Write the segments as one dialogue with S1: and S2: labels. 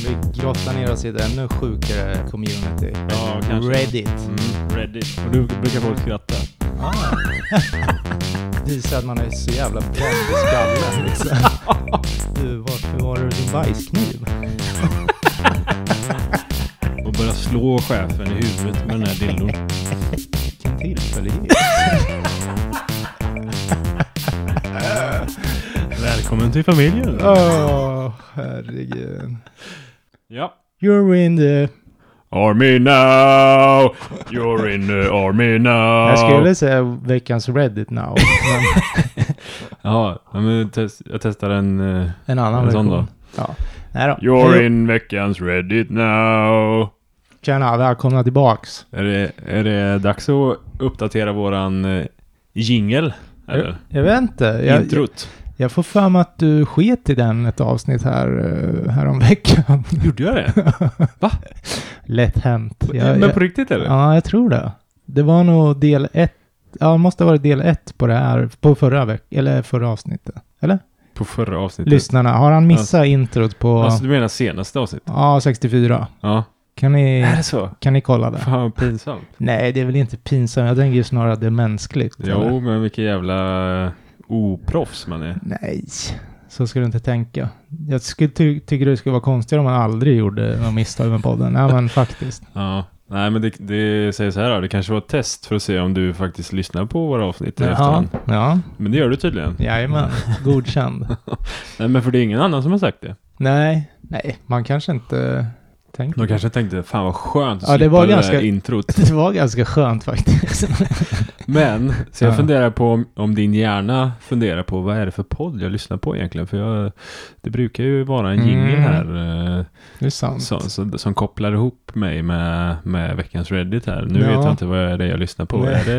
S1: Vi grottar ner oss i ett ännu sjukare community.
S2: Ja, kanske.
S1: Reddit.
S2: Mm, Reddit. Och du brukar folk skratta.
S1: Ah. Visar att man är så jävla bränd i skallen liksom. Du, varför var du din bajskniv?
S2: Och börja slå chefen i huvudet med den här dildon.
S1: Vilken tillfällighet.
S2: Välkommen till familjen.
S1: Åh, oh, herregud.
S2: Ja.
S1: You're in the...
S2: Army now! You're in the army now!
S1: Jag skulle säga veckans Reddit now. Men
S2: Ja, men test, jag testar en... eh,
S1: en annan
S2: En sån
S1: version.
S2: då.
S1: Ja. Nej då.
S2: You're
S1: Hej
S2: in veckans Reddit now!
S1: då. Tjena, välkomna tillbaks.
S2: Är det, är det dags att uppdatera våran eh, jingel? Eller?
S1: Jag vet inte. Jag,
S2: Introt?
S1: Jag får för mig att du sket i den ett avsnitt här, eh, häromveckan.
S2: Gjorde jag det?
S1: Lätt hänt. Jag,
S2: men
S1: jag,
S2: på riktigt eller?
S1: ja, jag tror det. Det var nog del ett. Ja, det måste ha varit del ett på det här, på förra veck eller förra avsnittet. Eller?
S2: På förra avsnittet?
S1: Lyssnarna, har han missat introt på,
S2: Alltså du menar senaste avsnittet?
S1: ja, 64?
S2: Ja.
S1: Kan ni,
S2: Är det så?
S1: kan ni kolla det?
S2: Fan vad pinsamt.
S1: Nej, det är väl inte pinsamt. Jag tänker ju snarare att det är mänskligt. eller?
S2: Jo, men vilken jävla eh, oproffs man är.
S1: Nej, så ska du inte tänka. Jag skulle ty tycker det skulle vara konstigt om man aldrig gjorde några misstag med podden. Nej, men faktiskt.
S2: Ja. Nej, men det, det säger så här då. Det kanske var ett test för att se om du faktiskt lyssnar på våra avsnitt i
S1: Ja,
S2: efterhand.
S1: ja,
S2: Men det gör du tydligen.
S1: jajamän. Godkänd.
S2: Nej, men för det är ingen annan som har sagt det.
S1: Nej, nej, man kanske inte tänker.
S2: De kanske tänkte, fan vad skönt att
S1: Ja, det
S2: slippa
S1: var
S2: det där
S1: ganska-
S2: introt.
S1: Det var ganska skönt faktiskt.
S2: Men, så jag
S1: Ja.
S2: funderar på om, om din hjärna funderar på vad är det för podd jag lyssnar på egentligen? För jag, det brukar ju vara en
S1: Mm.
S2: jingel här eh,
S1: Det är sant.
S2: som, som, som kopplar ihop mig med, med veckans Reddit här. Nu
S1: Ja.
S2: vet jag inte vad är det jag lyssnar på.
S1: Nej.
S2: Är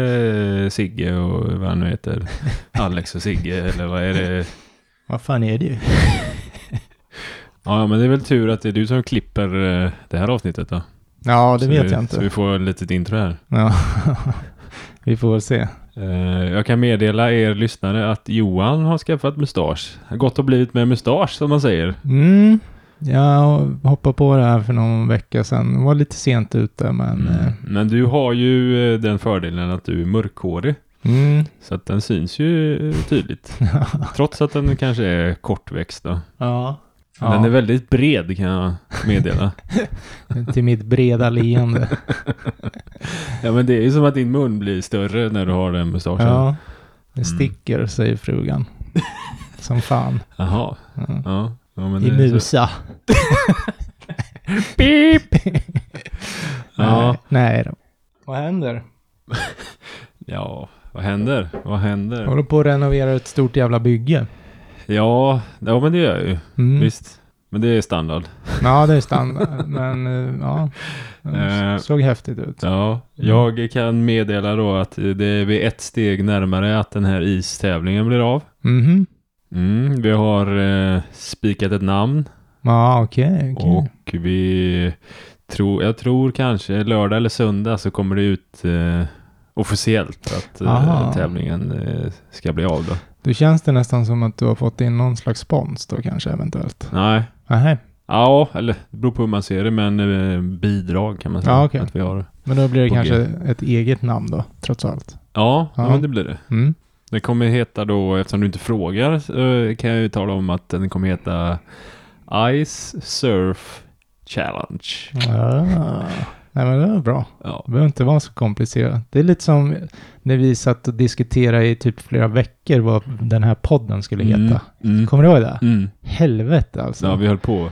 S2: det Sigge och vad han nu heter? Alex och Sigge eller vad är det?
S1: Vad fan är det ju?
S2: Ja, men det är väl tur att det är du som klipper eh, det här avsnittet då.
S1: Ja, det
S2: Så
S1: vet
S2: vi,
S1: jag
S2: Så
S1: inte.
S2: vi får ett litet intro här.
S1: Ja. Vi får väl se.
S2: Eh, Jag kan meddela er lyssnare att Johan har skaffat mustasch. Har Gått och blivit med mustasch som man säger.
S1: Mm. Jag hoppade på det här för någon vecka sedan. Jag var lite sent ute, men... eh,
S2: Mm. Men du har ju eh, den fördelen att du är mörkhårig.
S1: Mm.
S2: Så att den syns ju eh, tydligt. Trots att den kanske är kortväxt då.
S1: Ja.
S2: Men Den är väldigt bred kan jag meddela.
S1: Till mitt breda leende.
S2: ja men det är ju som att din mun blir större när du har den mustaschen.
S1: Ja. Det
S2: Mm.
S1: sticker, säger frugan. Som fan.
S2: Jaha.
S1: Ja.
S2: Ja. ja men
S1: I
S2: det är så.
S1: musa.
S2: Pip! ja.
S1: Nej, nej då. Vad händer?
S2: ja, vad händer? Vad händer?
S1: Jag håller på att renovera ett stort jävla bygge.
S2: Ja, ja men det gör jag ju.
S1: Mm.
S2: Visst. Men det är standard.
S1: Ja, det är standard. men eh, ja,
S2: Eh.
S1: det såg häftigt ut.
S2: Ja,
S1: Mm.
S2: jag kan meddela då att det är vi ett steg närmare att den här istävlingen blir av.
S1: Mhm.
S2: Mm, vi har eh, spikat ett namn
S1: Ja, okej. okej.
S2: och vi tror, jag tror kanske lördag eller söndag så kommer det ut eh, officiellt att eh,
S1: Aha.
S2: tävlingen eh, ska bli av då.
S1: Då känns det nästan som att du har fått in någon slags spons då kanske eventuellt.
S2: Nej,
S1: Nähä.
S2: ja, eller det beror på hur man ser det, men eh, bidrag kan man säga
S1: Ja, okej.
S2: att vi har.
S1: Men då blir det
S2: På
S1: kanske ett eget namn då, trots allt.
S2: Ja, ja.
S1: Ja.
S2: men det blir det.
S1: Mm.
S2: Den kommer heta då, eftersom du inte frågar, så eh, kan jag ju tala om att den kommer heta Ice Surf Challenge.
S1: Ah. Nej, men det var bra.
S2: Ja,
S1: Det behöver inte vara så komplicerat. Det är lite som när vi satt och diskuterade i typ flera veckor vad den här podden skulle heta.
S2: Mm. Mm.
S1: Kommer du ihåg det?
S2: Mm.
S1: Helvete alltså.
S2: Ja, vi höll på.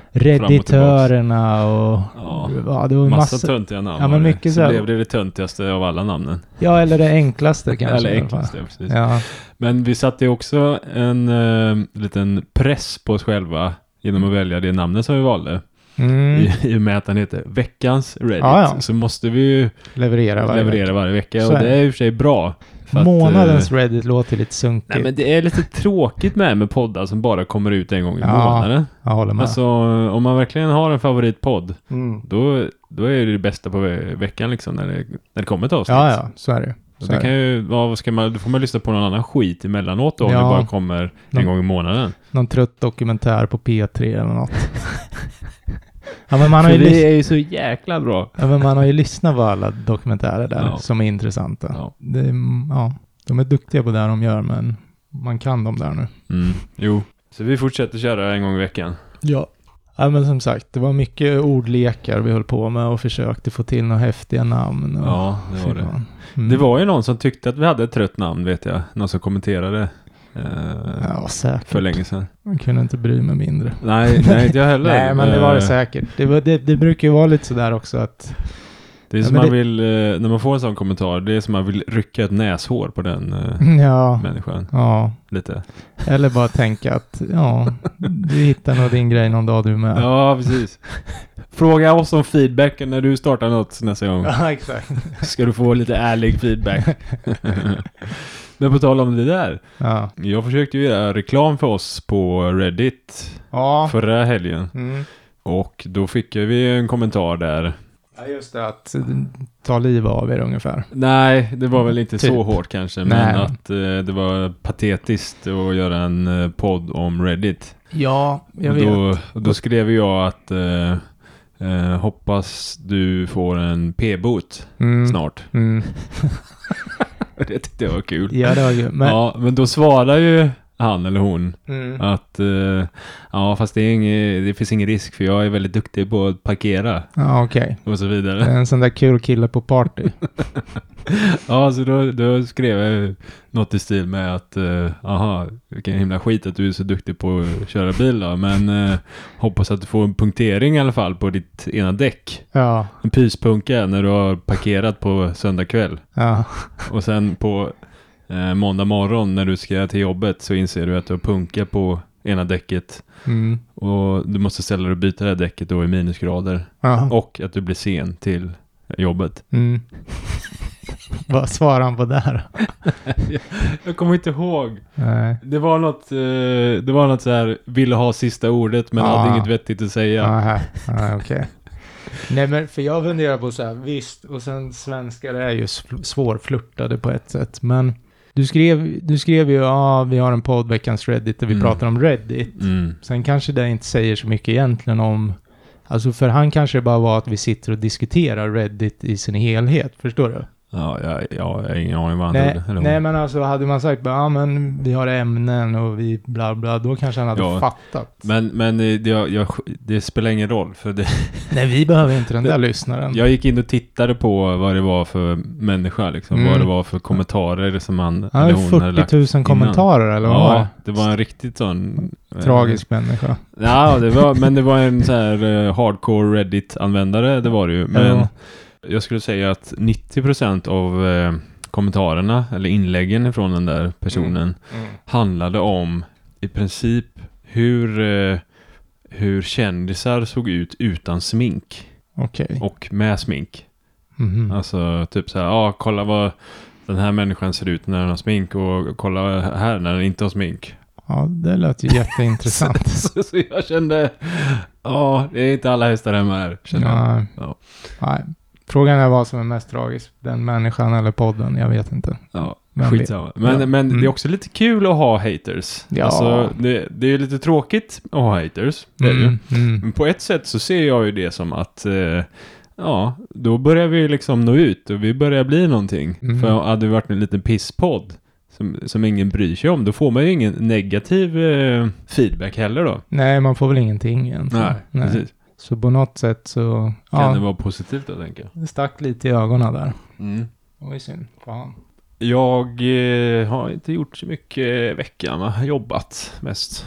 S1: Redditörerna och...
S2: Ja.
S1: Ja, det var
S2: Massa,
S1: massa...
S2: töntiga namn.
S1: Ja,
S2: var
S1: men
S2: det.
S1: mycket
S2: så
S1: så här-
S2: blev det det töntigaste av alla namnen.
S1: Ja, eller det enklaste kanske. i alla
S2: Eller
S1: fall.
S2: enklaste, ja, precis.
S1: Ja.
S2: Men vi satte ju också en eh, liten press på oss själva genom att välja det namnet som vi valde.
S1: Mm.
S2: I, I och med att den heter Veckans Reddit
S1: Ja, ja.
S2: så måste vi ju
S1: Leverera varje vecka.
S2: leverera varje vecka.
S1: Så
S2: och
S1: är
S2: det
S1: det.
S2: är i och för sig bra. för att, eh,
S1: Månadens Reddit låter lite sunkigt.
S2: Nej men det är lite tråkigt med, med poddar som bara kommer ut en gång i
S1: Ja,
S2: månaden.
S1: Jag håller med.
S2: Alltså om man verkligen har en favoritpodd,
S1: mm.
S2: då, då är det det bästa på ve- veckan liksom när det, när det kommer ett avsnitt.
S1: Ja, ja, så är det.
S2: Så
S1: Så
S2: det
S1: är
S2: kan
S1: det.
S2: ju, ja, vad ska man, då får man lyssna på någon annan skit emellanåt då, om
S1: Ja.
S2: det bara kommer en
S1: Någon-
S2: gång i månaden.
S1: Någon trött dokumentär på P3 eller något. Ja, men man, har
S2: För
S1: ju
S2: det
S1: lys-
S2: är ju så jäkla bra.
S1: ja, men man har ju lyssnat på alla dokumentärer där
S2: Ja.
S1: som är intressanta.
S2: Ja.
S1: Det, är- ja, de är duktiga på det de gör, men man kan dem där nu.
S2: Mm, jo. Så vi fortsätter köra en gång i veckan.
S1: Ja. ja, men som sagt, det var mycket ordlekar vi höll på med och försökte få till några häftiga namn. Och,
S2: Ja, det var
S1: Fy
S2: det.
S1: fan. Mm.
S2: Det var ju någon som tyckte att vi hade ett trött namn vet jag. Någon som kommenterade. eh,
S1: Ja, säkert.
S2: För länge sedan.
S1: Man kunde inte bry mig mindre.
S2: Nej, nej inte jag heller.
S1: Nej, men det var det
S2: Eh,
S1: säkert. Det, var, det, det brukar ju vara lite sådär också att...
S2: Det är
S1: Ja,
S2: som
S1: men
S2: man
S1: det-
S2: vill, eh, när man får en sån kommentar, det är som man vill rycka ett näshår på den eh,
S1: Mm. Ja,
S2: människan.
S1: ja.
S2: Lite.
S1: Eller bara tänka att ja, du hittar nog din grej någon dag du med.
S2: Ja, precis. Fråga oss om feedbacken när du startar något nästa gång.
S1: Ja, exakt.
S2: Ska du få lite ärlig feedback. men på tal om det där.
S1: Ja.
S2: Jag försökte ju göra reklam för oss på Reddit
S1: Ja.
S2: förra helgen.
S1: Mm.
S2: Och då fick vi en kommentar där.
S1: ja, just det att eh, ta liv av er ungefär.
S2: Nej, det var väl inte
S1: Typ.
S2: så hårt kanske.
S1: Nej.
S2: Men att eh, det var patetiskt att göra en eh, podd om Reddit.
S1: Ja, jag
S2: Och
S1: vet.
S2: Då, och då skrev jag att eh, eh, hoppas du får en p-boot
S1: Mm.
S2: snart.
S1: Mm.
S2: Det tyckte jag var kul.
S1: Ja, det var ju. Men,
S2: Ja, men då svarar ju han eller hon
S1: mm.
S2: att eh, ja, fast det, är ingen, det finns ingen risk för jag är väldigt duktig på att parkera
S1: ja okej.
S2: och så
S1: Det
S2: vidare.
S1: är En sån där kul kille på party.
S2: Ja, så då, då skrev jag något i stil med att eh, aha, vilken himla skit att du är så duktig på att köra bil då, men eh, hoppas att du får en punktering i alla fall på ditt ena däck.
S1: Ja,
S2: En pyspunka när du har parkerat på söndag kväll.
S1: ja,
S2: Och sen på eh, måndag morgon när du ska till jobbet så inser du att du har punka på ena däcket.
S1: mm.
S2: Och du måste ställa dig och byta det här däcket då i minusgrader.
S1: ja.
S2: Och att du blir sen till jobbet.
S1: Mm. Vad svarar han på där?
S2: Jag kommer inte ihåg.
S1: Nej.
S2: Det var något, eh, det var något så här, ville ha sista ordet men
S1: Ah.
S2: hade inget vettigt att säga.
S1: Aha, aha, okej. Nej, men för jag funderar på så här, visst, och sen svenskar är ju sv- svårflörtade på ett sätt, men du skrev, du skrev ju, ja, vi har en podd, veckans Reddit, där vi
S2: Mm.
S1: pratar om Reddit.
S2: Mm.
S1: Sen kanske det inte säger så mycket egentligen om, alltså för han kanske det bara var att vi sitter och diskuterar Reddit i sin helhet, förstår du?
S2: Ja, jag, jag har ingen aning vad han
S1: Nej,
S2: gjorde, eller hon.
S1: nej men alltså hade man sagt bara, ja men vi har ämnen och vi bla bla, då kanske han hade
S2: Ja.
S1: fattat.
S2: Men, men eh, det, jag, jag, det spelar ingen roll för
S1: Mm.
S2: det,
S1: Nej, vi behöver inte den där lyssnaren.
S2: Jag gick in och tittade på vad det var för människa, liksom.
S1: Mm.
S2: vad det var för kommentarer som han
S1: Han hade
S2: eller hon hade
S1: 40
S2: lagt.
S1: 000 kommentarer eller vad var
S2: Ja,
S1: det?
S2: det var en riktigt sån... eh,
S1: Tragisk människa.
S2: Ja, det var, men det var en så här eh, hardcore Reddit-användare, det var det ju. Men
S1: Ja.
S2: jag skulle säga att 90% av eh, kommentarerna, eller inläggen från den där personen,
S1: Mm.
S2: handlade om i princip hur, eh, hur kändisar såg ut utan smink
S1: Okej.
S2: och med smink.
S1: Mhm.
S2: Alltså typ så här, ja kolla vad den här människan ser ut när den har smink och kolla här när den inte har smink.
S1: Ja, det lät ju jätteintressant.
S2: Så, så jag kände, ja det är inte alla hästar hemma här. Kände jag.
S1: Nej.
S2: Ja.
S1: Nej. Frågan är vad som är mest tragiskt. Den människan eller podden, jag vet inte.
S2: Ja,
S1: Men
S2: skitsamma. Men,
S1: ja,
S2: men det är
S1: mm.
S2: också lite kul att ha haters.
S1: Ja.
S2: Alltså, det, det är lite tråkigt att ha haters. Det är det ju.
S1: Mm. Mm.
S2: Men på ett sätt så ser jag ju det som att eh, Ja, då börjar vi liksom nå ut och vi börjar bli någonting.
S1: Mm.
S2: För hade det varit en liten pisspodd som, som ingen bryr sig om, då får man ju ingen negativ eh, feedback heller då.
S1: Nej, man får väl ingenting egentligen.
S2: Nej, precis.
S1: Så på något sätt så...
S2: Kan det
S1: Ja,
S2: vara positivt då, tänker jag. Mm.
S1: det stack lite i ögonen där. Oj, synd. Fan.
S2: Jag eh, har inte gjort så mycket i veckan, va? Jag har jobbat mest.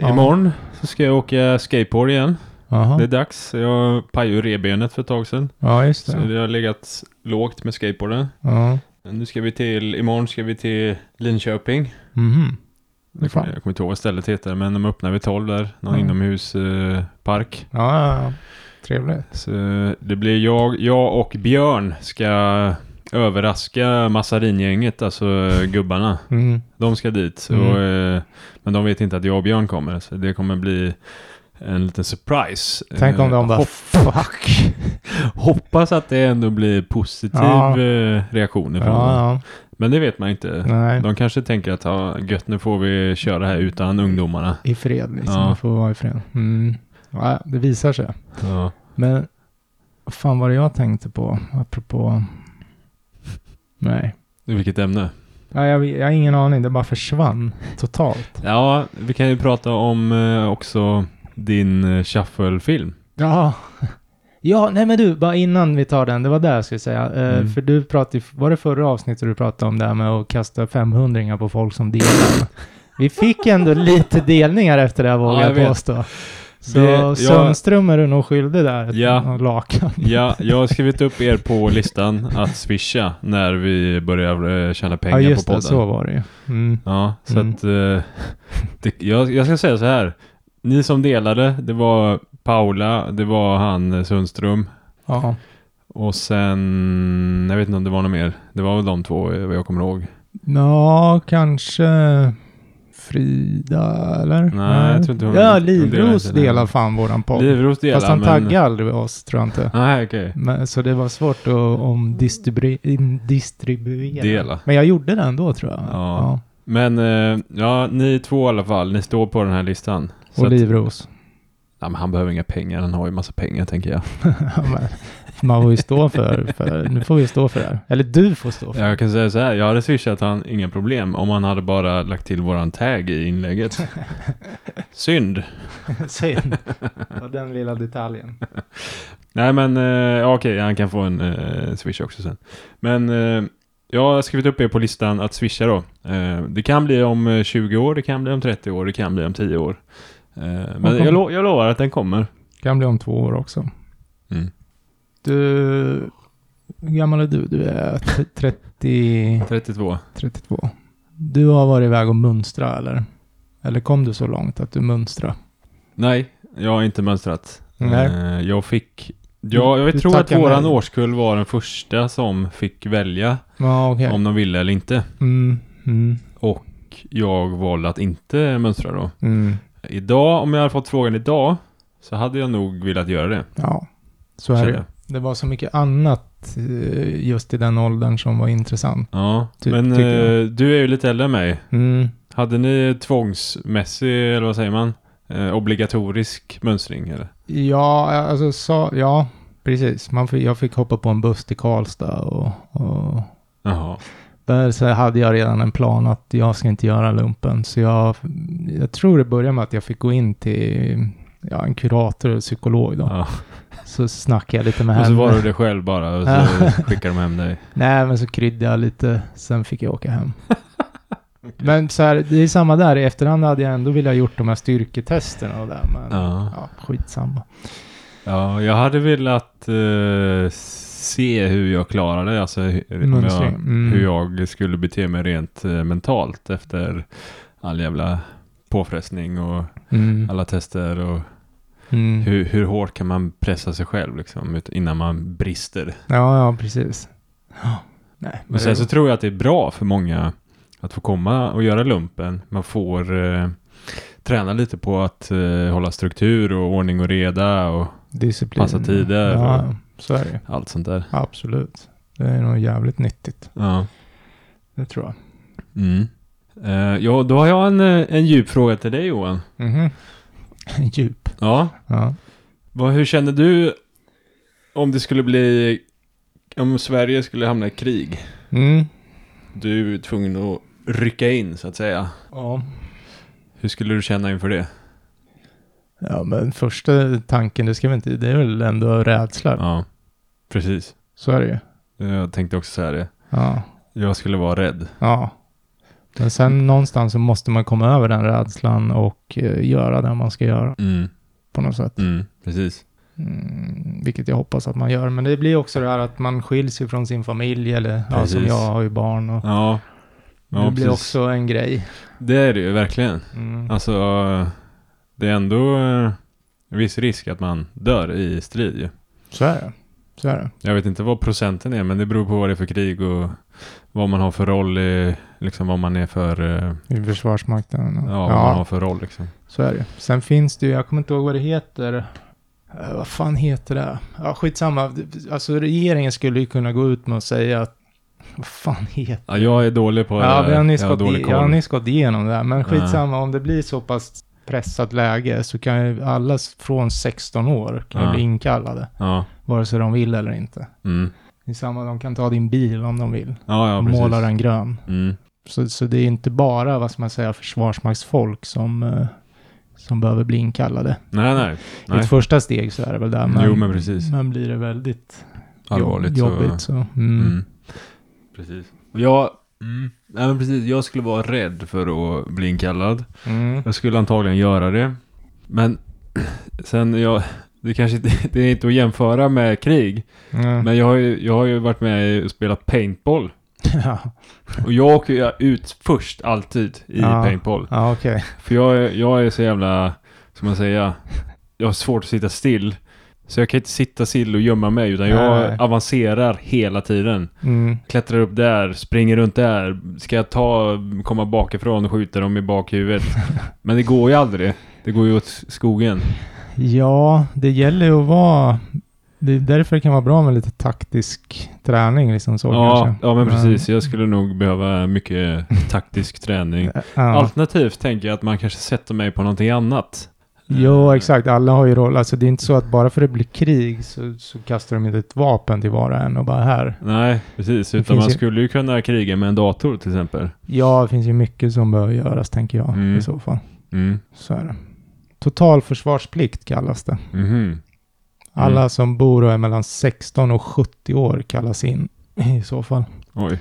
S1: Ja.
S2: Imorgon så ska jag åka skateboard igen.
S1: Jaha.
S2: Det är dags. Jag pajade ju revbenet för ett tag sedan.
S1: Ja, just
S2: Så
S1: det.
S2: det har legat lågt med skateboarden.
S1: Ja.
S2: Nu ska vi till, imorgon ska vi till Linköping.
S1: Mhm.
S2: Jag
S1: Fan.
S2: kommer jag kommer inte ihåg vad stället heter, men de öppnar vid 12 där. Någon
S1: Mm.
S2: inomhuspark.
S1: Ja, ja, ja. Trevligt.
S2: Så det blir jag, jag och Björn ska överraska Massaringänget, alltså gubbarna.
S1: Mm.
S2: De ska dit.
S1: Mm.
S2: Och, eh, men de vet inte att jag och Björn kommer. Så det kommer bli en liten surprise.
S1: Tänk om
S2: Eh,
S1: de bara,
S2: hopp-
S1: fuck.
S2: hoppas att det ändå blir positiv
S1: Ja.
S2: eh, reaktion
S1: Ja,
S2: ifrån dem.
S1: ja.
S2: Men det vet man inte.
S1: Nej.
S2: De kanske tänker att ja, gött, nu får vi köra här utan ungdomarna.
S1: I fred liksom.
S2: Ja.
S1: Man får vara i fred. Mm. Ja, det visar sig.
S2: Ja.
S1: Men vad fan var det jag tänkte på? Apropå... Nej.
S2: Vilket ämne?
S1: Ja, jag, jag har ingen aning. Det bara försvann totalt.
S2: Ja, vi kan ju prata om eh, också din eh, shuffle-film.
S1: Ja. Ja, nej men du, bara innan vi tar den, det var där jag skulle säga. Eh,
S2: Mm.
S1: För du pratade, ju- var det förra avsnittet du pratade om det här med att kasta 500 på folk som delar? vi fick ändå lite delningar efter det, vågar
S2: Ja, jag
S1: jag
S2: vet.
S1: påstå. Så
S2: Det- jag-
S1: Sundström är du nog skyldig där,
S2: Ja.
S1: ett lakan.
S2: Ja, jag har skrivit upp er på listan att swisha när vi börjar eh, tjäna pengar
S1: ja, just
S2: på podden.
S1: det, så var det ju. Mm.
S2: Ja, så
S1: Mm.
S2: att... eh, det, jag, jag ska säga så här. Ni som delade, det var Paula, det var han eh, Sundström
S1: Ja.
S2: och sen... Jag vet inte om det var någon mer. Det var väl de två eh, vad jag kommer ihåg.
S1: Ja, kanske Frida, eller?
S2: Nej, jag tror inte hon-
S1: Ja,
S2: hon delar
S1: Livros
S2: inte det.
S1: delar fan våran podd.
S2: Livros delade,
S1: Fast han
S2: men-
S1: taggade aldrig oss, tror jag inte.
S2: Nej, okej.
S1: Men, så det var svårt att omdistribuera.
S2: Dela.
S1: Men jag gjorde det ändå, tror jag.
S2: Ja. Men eh, ja, ni två i alla fall. Ni står på den här listan. Så
S1: Och
S2: att-
S1: Livros.
S2: Ja, men han behöver inga pengar. Han har ju massa pengar, tänker jag.
S1: Ja, men Man får ju stå för, för Nu får vi stå för det här. Eller du får stå för det.
S2: Jag kan säga så här. Jag hade swishat han inga problem om han hade bara lagt till våran tag i inlägget. Synd.
S1: Synd. Och den lilla detaljen.
S2: Nej men eh, ja, okej, han kan få en eh, swish också sen. Men eh, jag har skrivit upp er på listan att swisha då. Eh, det kan bli om eh, 20 år, det kan bli om 30 år, det kan bli om 10 år. Eh, men
S1: kommer.
S2: jag, lo- jag lovar att den kommer.
S1: Kan bli om två år också.
S2: Mm.
S1: Du... Hur gammal är du? Du är t- 30...
S2: 32.
S1: 32. Du har varit iväg och mönstra eller? Eller kom du så långt att du mönstra?
S2: Nej, jag har inte mönstrat.
S1: Nej.
S2: Eh, jag fick... Ja,
S1: Du-
S2: jag
S1: du
S2: tror att
S1: tackar
S2: våran
S1: nej.
S2: årskull var den första som fick välja
S1: Ja, okej.
S2: om de ville eller inte.
S1: Mm, mm,
S2: Jag valde att inte mönstra då.
S1: mm.
S2: Idag, om jag hade fått frågan idag, så hade jag nog velat göra det.
S1: Ja, så är det
S2: känner
S1: ju.
S2: jag.
S1: Det var så mycket annat eh, just i den åldern som var intressant.
S2: Ja,
S1: Ty-
S2: men
S1: tycker jag.
S2: eh, du är ju lite äldre än mig.
S1: Mm.
S2: Hade ni tvångsmässig, eller vad säger man? Eh, obligatorisk mönstring eller?
S1: Ja, alltså så, ja, precis. Man fick, jag fick hoppa på en buss till Karlstad och, och
S2: Jaha.
S1: där så hade jag redan en plan att jag ska inte göra lumpen. Så jag, jag tror det började med att jag fick gå in till ja, en kurator eller psykolog då.
S2: Ja.
S1: Så snackade jag lite med
S2: Och så
S1: henne.
S2: var du det själv bara och
S1: Ja.
S2: så skickade de hem dig.
S1: Nej, men så kryddade jag lite, sen fick jag åka hem. Men så här, det är samma där, i efterhand hade jag ändå velat gjort de här styrketesterna och där, men ja.
S2: Ja.
S1: skitsamma.
S2: ja, jag hade velat eh, se hur jag klarade, alltså hur, om
S1: Mönstring.
S2: jag,
S1: Mm.
S2: hur jag skulle bete mig rent eh, mentalt efter all jävla påfrestning och
S1: Mm.
S2: alla tester och
S1: Mm.
S2: hur, hur hårt kan man pressa sig själv liksom ut- innan man brister.
S1: Ja, ja, precis. Ja. Nej, men
S2: Och sen
S1: det-
S2: så tror jag att det är bra för många att få komma och göra lumpen. Man får eh, träna lite på att eh, hålla struktur och ordning och reda och
S1: disciplin.
S2: passa tider
S1: Ja, så är det ju.
S2: allt sånt där.
S1: Absolut. Det är nog jävligt nyttigt,
S2: Ja.
S1: det tror jag.
S2: Mm. Eh, ja, då har jag en, eh, en djup fråga till dig Johan.
S1: Mhm. Djup.
S2: Ja,
S1: Ja.
S2: vad, hur känner du om det skulle bli, om Sverige skulle hamna i krig?
S1: Mm.
S2: Du är tvungen att rycka in så att säga.
S1: Ja.
S2: Hur skulle du känna inför det?
S1: Ja, men första tanken, det ska vi inte, det är väl ändå rädsla.
S2: Ja, precis.
S1: Så är det ju.
S2: Jag tänkte också säga det.
S1: Ja.
S2: Jag skulle vara rädd.
S1: Ja. Men sen någonstans så måste man komma över den rädslan och eh, göra det man ska göra
S2: Mm,
S1: på något sätt.
S2: mm, precis.
S1: Mm, vilket jag hoppas att man gör. Men det blir också det här att man skiljs ju från sin familj eller ja, som
S2: Precis.
S1: jag har ju barn och
S2: Ja, ja
S1: det blir
S2: precis.
S1: också en grej.
S2: Det är det ju verkligen.
S1: Mm.
S2: Alltså, det är ändå eh, en viss risk att man dör i strid ju.
S1: Så är det. Så är det.
S2: Jag vet inte vad procenten är, men det beror på vad det är för krig och vad man har för roll i, liksom vad man är för, eh,
S1: I Försvarsmakten.
S2: ja,
S1: Och,
S2: vad man har
S1: ja,
S2: för roll liksom.
S1: så är det. Sen finns det ju, jag kommer inte ihåg vad det heter. Eh, vad fan heter det? Ja, skitsamma. Alltså regeringen skulle ju kunna gå ut med och säga att, vad fan heter
S2: Ja, jag är dålig på det
S1: Ja,
S2: där.
S1: vi har nyss,
S2: jag har
S1: gått,
S2: dålig
S1: i, jag har
S2: koll.
S1: nyss gått igenom det här, men skitsamma om det blir så pass pressat läge så kan ju alla s- från 16 år kan ju
S2: Ja.
S1: bli inkallade.
S2: Ja.
S1: Vare sig de vill eller inte.
S2: Mm.
S1: Det är samma, de kan ta din bil om de vill.
S2: Ja, ja,
S1: och
S2: precis.
S1: måla den grön.
S2: Mm.
S1: Så, så det är inte bara, vad ska man säga, försvarsmaktsfolk som, eh, som behöver bli inkallade.
S2: Nej, nej.
S1: I
S2: nej.
S1: ett första steg så är det väl där.
S2: Jo, men precis.
S1: men blir det väldigt
S2: Allvarligt. så-
S1: jobbigt så. mm.
S2: Mm. Precis. Jag... Mm. Nej, men precis. Jag skulle vara rädd för att bli inkallad.
S1: Mm.
S2: Jag skulle antagligen göra det. Men sen, jag... Det kanske inte, det är inte att jämföra med krig.
S1: Mm.
S2: Men jag har ju, jag har ju varit med och spelat paintball.
S1: ja,
S2: Och jag åker ju ut först alltid i
S1: Ja.
S2: paintball.
S1: ja okej.
S2: För jag, är- jag är så jävla, ska man säga, jag har svårt att sitta still. Så jag kan inte sitta still och gömma mig utan jag
S1: Nej.
S2: avancerar hela tiden.
S1: Mm.
S2: Klättrar upp där, springer runt där. Ska jag ta, komma bakifrån och skjuta dem i bakhuvudet? Men det går ju aldrig. Det går ju åt skogen.
S1: Ja, det gäller ju att vara... Det är därför det kan vara bra med lite taktisk träning liksom så
S2: Ja,
S1: kanske.
S2: ja, men precis. Jag skulle nog behöva mycket taktisk träning.
S1: Ja.
S2: Alternativt tänker jag att man kanske sätter mig på någonting annat.
S1: Jo, exakt. Alla har ju roll. Alltså det är inte så att bara för att det blir krig så, så kastar de inte ett vapen till var och en och bara här.
S2: Nej, precis.
S1: Det
S2: Utan
S1: finns
S2: man
S1: ju-
S2: skulle ju kunna kriga med en dator till exempel.
S1: Ja, det finns ju mycket som behöver göras tänker jag
S2: Mm.
S1: i så fall.
S2: Mm.
S1: Så är det. Totalförsvarsplikt kallas det.
S2: Mhm.
S1: Alla
S2: Mm.
S1: som bor och är mellan 16 och 70 år kallas in i så fall.
S2: Oj.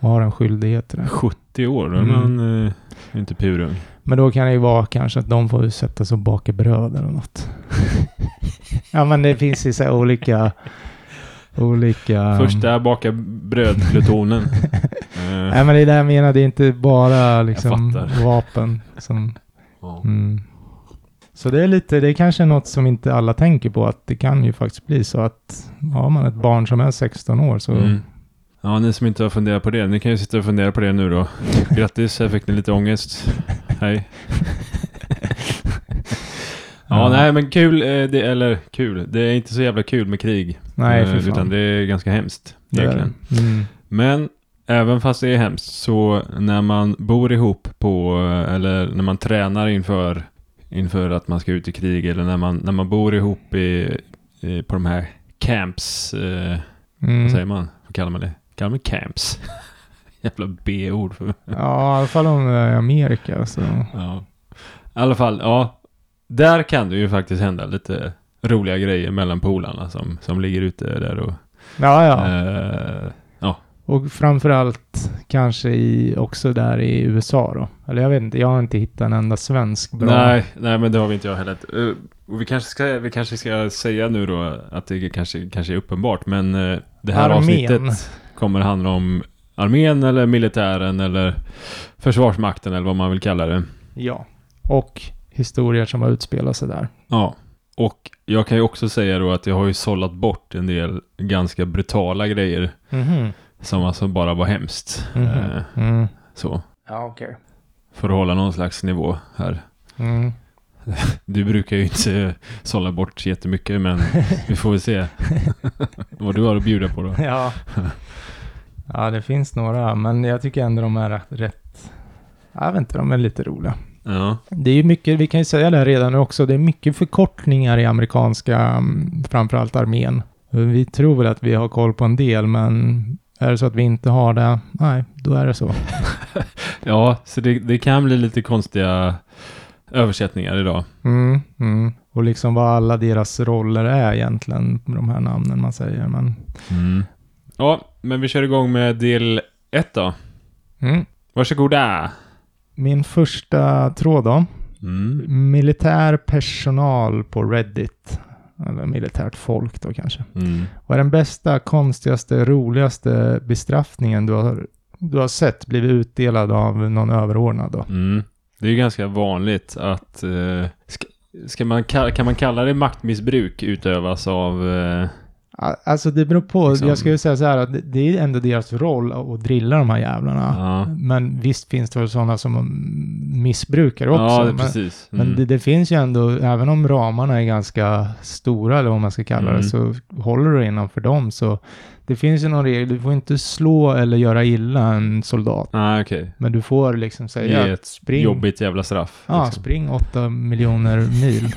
S1: Och har en skyldighet till det.
S2: 70 år, då är
S1: Mm.
S2: man eh, inte purung.
S1: Men då kan det ju vara kanske att de får sätta sig och baka bröd eller något. ja, men det finns ju så här olika... Olika...
S2: Först där bakar brödplutonen. eh,
S1: Nej, men det är det jag menar. Det är inte bara liksom
S2: fattar.
S1: vapen som...
S2: ja.
S1: Mm. Så det är lite, det är kanske något som inte alla tänker på, att det kan ju faktiskt bli så att har man ett barn som är 16 år så...
S2: Mm. ja, ni som inte har funderat på det, ni kan ju sitta och fundera på det nu då. Grattis, här fick ni lite ångest. Hej. Ja, nej men kul, eh, det, eller kul, det är inte så jävla kul med krig.
S1: Nej,
S2: Eh,
S1: för fan.
S2: Utan det är ganska hemskt
S1: Det är det.
S2: egentligen.
S1: Mm.
S2: Men även fast det är hemskt så när man bor ihop på eller när man tränar inför inför att man ska ut i krig eller när man, när man bor ihop i, i, på de här camps. Eh, Vad säger
S1: Mm.
S2: man? Vad kallar man det? Kallar man camps? Jävla B-ord. För,
S1: Ja, i alla fall om det är Amerika så...
S2: ja. I alla fall, ja. Där kan det ju faktiskt hända lite roliga grejer mellan polarna som, som ligger ute där och...
S1: Ja, ja.
S2: Eh,
S1: Och framförallt kanske i, också där i USA då. Eller jag vet inte, jag har inte hittat en enda svensk bra.
S2: Nej, nej, men det har vi inte jag heller. Eh, och vi, kanske ska, vi kanske ska säga nu då att det kanske, kanske är uppenbart, men eh, det här
S1: Armén.
S2: avsnittet kommer handla om armén eller militären eller försvarsmakten eller vad man vill kalla det.
S1: Ja. Och historier som har utspelat sig där.
S2: Ja, och jag kan ju också säga då att jag har ju sållat bort en del ganska brutala grejer
S1: Mhm.
S2: som alltså bara var hemskt. Eh,
S1: Mm.
S2: så,
S1: Ja, okej.
S2: för att hålla någon slags nivå här.
S1: Mm.
S2: Du brukar ju inte sålla bort så jättemycket, men vi får väl se vad du har att bjuda på då.
S1: Ja. ja, det finns några, men jag tycker ändå de är rätt- rätt... Jag vet inte, de är lite roliga.
S2: Ja,
S1: Det är ju mycket, vi kan ju säga det här redan nu också, det är mycket förkortningar i amerikanska, mm, framförallt armén. Vi tror väl att vi har koll på en del, men är det så att vi inte har det, nej, då är det så.
S2: ja så det, det kan bli lite konstiga översättningar idag.
S1: Mm, mm. Och liksom vad alla deras roller är egentligen, de här namnen man säger. Men,
S2: Mm. Ja, men vi kör igång med del ett då.
S1: mm.
S2: Varsågoda!
S1: Min första tråd då.
S2: Mm.
S1: Militär personal på Reddit. Eller militärt folk då kanske.
S2: Mm.
S1: Vad är den bästa, konstigaste, roligaste bestraffningen du har, du har sett blivit utdelad av någon överordnad då?
S2: Mm. Det är ju ganska vanligt att... Eh, ska, ska man, ka- kan man kalla det maktmissbruk utövas av... Eh,
S1: A- Alltså det beror på.
S2: Liksom.
S1: Jag skulle säga så här att det- det är ändå deras roll att att drilla de här jävlarna.
S2: Ja,
S1: Men visst finns det väl sådana som mm, missbrukar också.
S2: ja det,
S1: men
S2: precis. Mm.
S1: eh, men det, det finns ju ändå, även om ramarna är ganska stora eller vad man ska kalla
S2: Mm.
S1: det, så håller du innanför dem så det finns ju någon regel. Du får inte slå eller göra illa en soldat.
S2: Nej, Ah, okej.
S1: Men du får liksom säga
S2: Ge
S1: att
S2: ett
S1: spring.
S2: jobbigt jävla straff.
S1: Ja,
S2: liksom.
S1: spring åtta miljoner mil.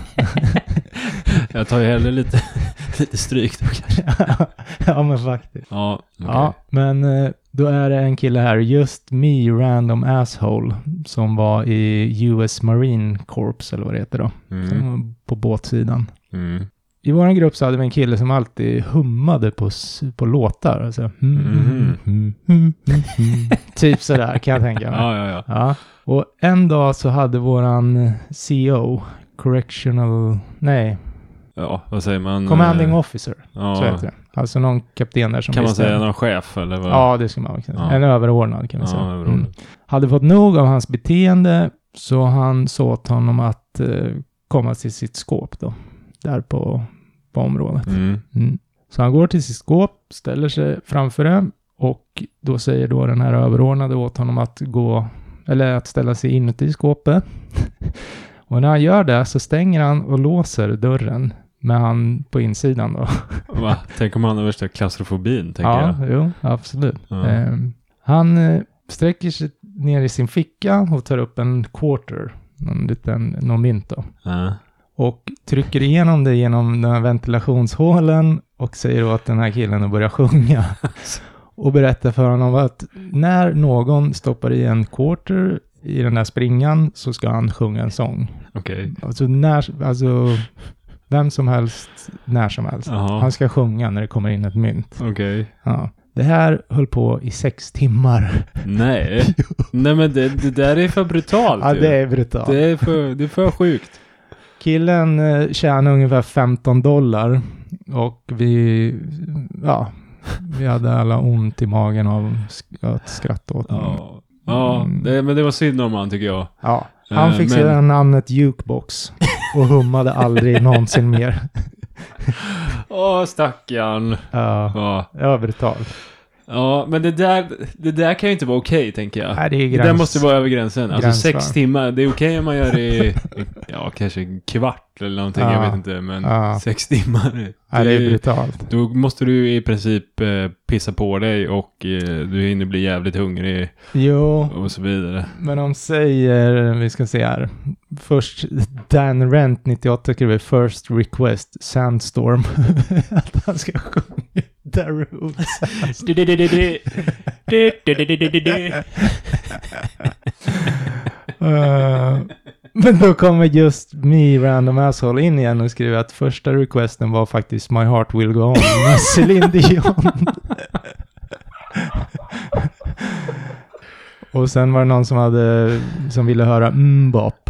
S2: Jag tar ju hellre lite, lite stryk då kanske.
S1: ja, men faktiskt.
S2: Ja, okej.
S1: Ja, men eh, då är det en kille här, just me random asshole, som var i US Marine Corps eller vad det heter då,
S2: Mm.
S1: som var på båtsidan.
S2: Mm.
S1: I vår grupp så hade vi en kille som alltid hummade på, s- på låtar. Alltså, mm, mm, mm, mm, mm, mm. typ sådär kan jag tänka mig.
S2: Ja, ja, ja.
S1: Ja. Och en dag så hade våran CO, correctional, nej,
S2: Ja, vad säger man?
S1: commanding
S2: Eh,
S1: officer,
S2: ja.
S1: så heter det. Alltså någon kapten där som
S2: Kan man
S1: visste-
S2: säga någon chef eller vad?
S1: Ja, det skulle man också säga.
S2: Ja.
S1: En överordnad kan vi
S2: Ja,
S1: säga.
S2: överordnad.
S1: Mm. Hade fått nog av hans beteende så han sa åt honom att eh, komma till sitt skåp då, där på, på området.
S2: Mm.
S1: Mm. Så han går till sitt skåp, ställer sig framför det och då säger då den här överordnade åt honom att gå, eller att ställa sig inuti skåpet. och när han gör det så stänger han och låser dörren med han på insidan då.
S2: Va? Tänk om han har värsta klaustrofobin, tänker
S1: ja,
S2: jag.
S1: jo, absolut.
S2: Ja.
S1: Ehm, han eh, sträcker sig ner i sin ficka och tar upp en quarter, någon liten, någon mynt då.
S2: Ja.
S1: Och trycker igenom det genom den här ventilationshålen och säger åt den här killen att börja sjunga. Och berättar för honom att när någon stoppar i en quarter i den här springan så ska han sjunga en sång.
S2: Okej.
S1: Alltså när, alltså vem som helst, när som helst.
S2: Jaha.
S1: Han ska sjunga när det kommer in ett mynt.
S2: Okej.
S1: Ja. Det här höll på i sex timmar.
S2: Nej. Nej men det, det där är för brutalt
S1: Ja,
S2: ju.
S1: det är brutalt.
S2: Det är för, det är för sjukt.
S1: Killen eh, tjänade ungefär 15 dollar och vi, ja, vi hade alla ont i magen av sk- att skratta åt honom.
S2: Ja. Ja,
S1: Mm.
S2: det, men det var synd om han tycker jag.
S1: Ja. Han
S2: Eh,
S1: fick
S2: men-
S1: sedan namnet Jukebox och hummade aldrig någonsin mer.
S2: Åh, stackarn.
S1: Ja,
S2: Ja.
S1: det var brutalt.
S2: Ja, men det där, det där kan ju inte vara okej, tänker jag.
S1: Nej, det är
S2: Det
S1: gräns.
S2: där måste vara över gränsen. Alltså
S1: Gräns,
S2: sex
S1: va?
S2: timmar, det är okej om man gör det i, ja, kanske en kvart eller någonting, jag
S1: Ja.
S2: vet inte. Men
S1: Ja.
S2: sex timmar, det,
S1: Ja, det är brutalt.
S2: då måste du i princip eh, pissa på dig och eh, du hinner bli jävligt hungrig
S1: Jo,
S2: och så vidare.
S1: men de säger, vi ska se här. Först Dan Rent 98 skriver First Request Sandstorm. att han ska sjunga The Roots. Eh, men då kommer just me, random asshole, in igen och skriver att första requesten var faktiskt My Heart Will Go On med Celine Dion. och sen var det någon som, hade, som ville höra Mbop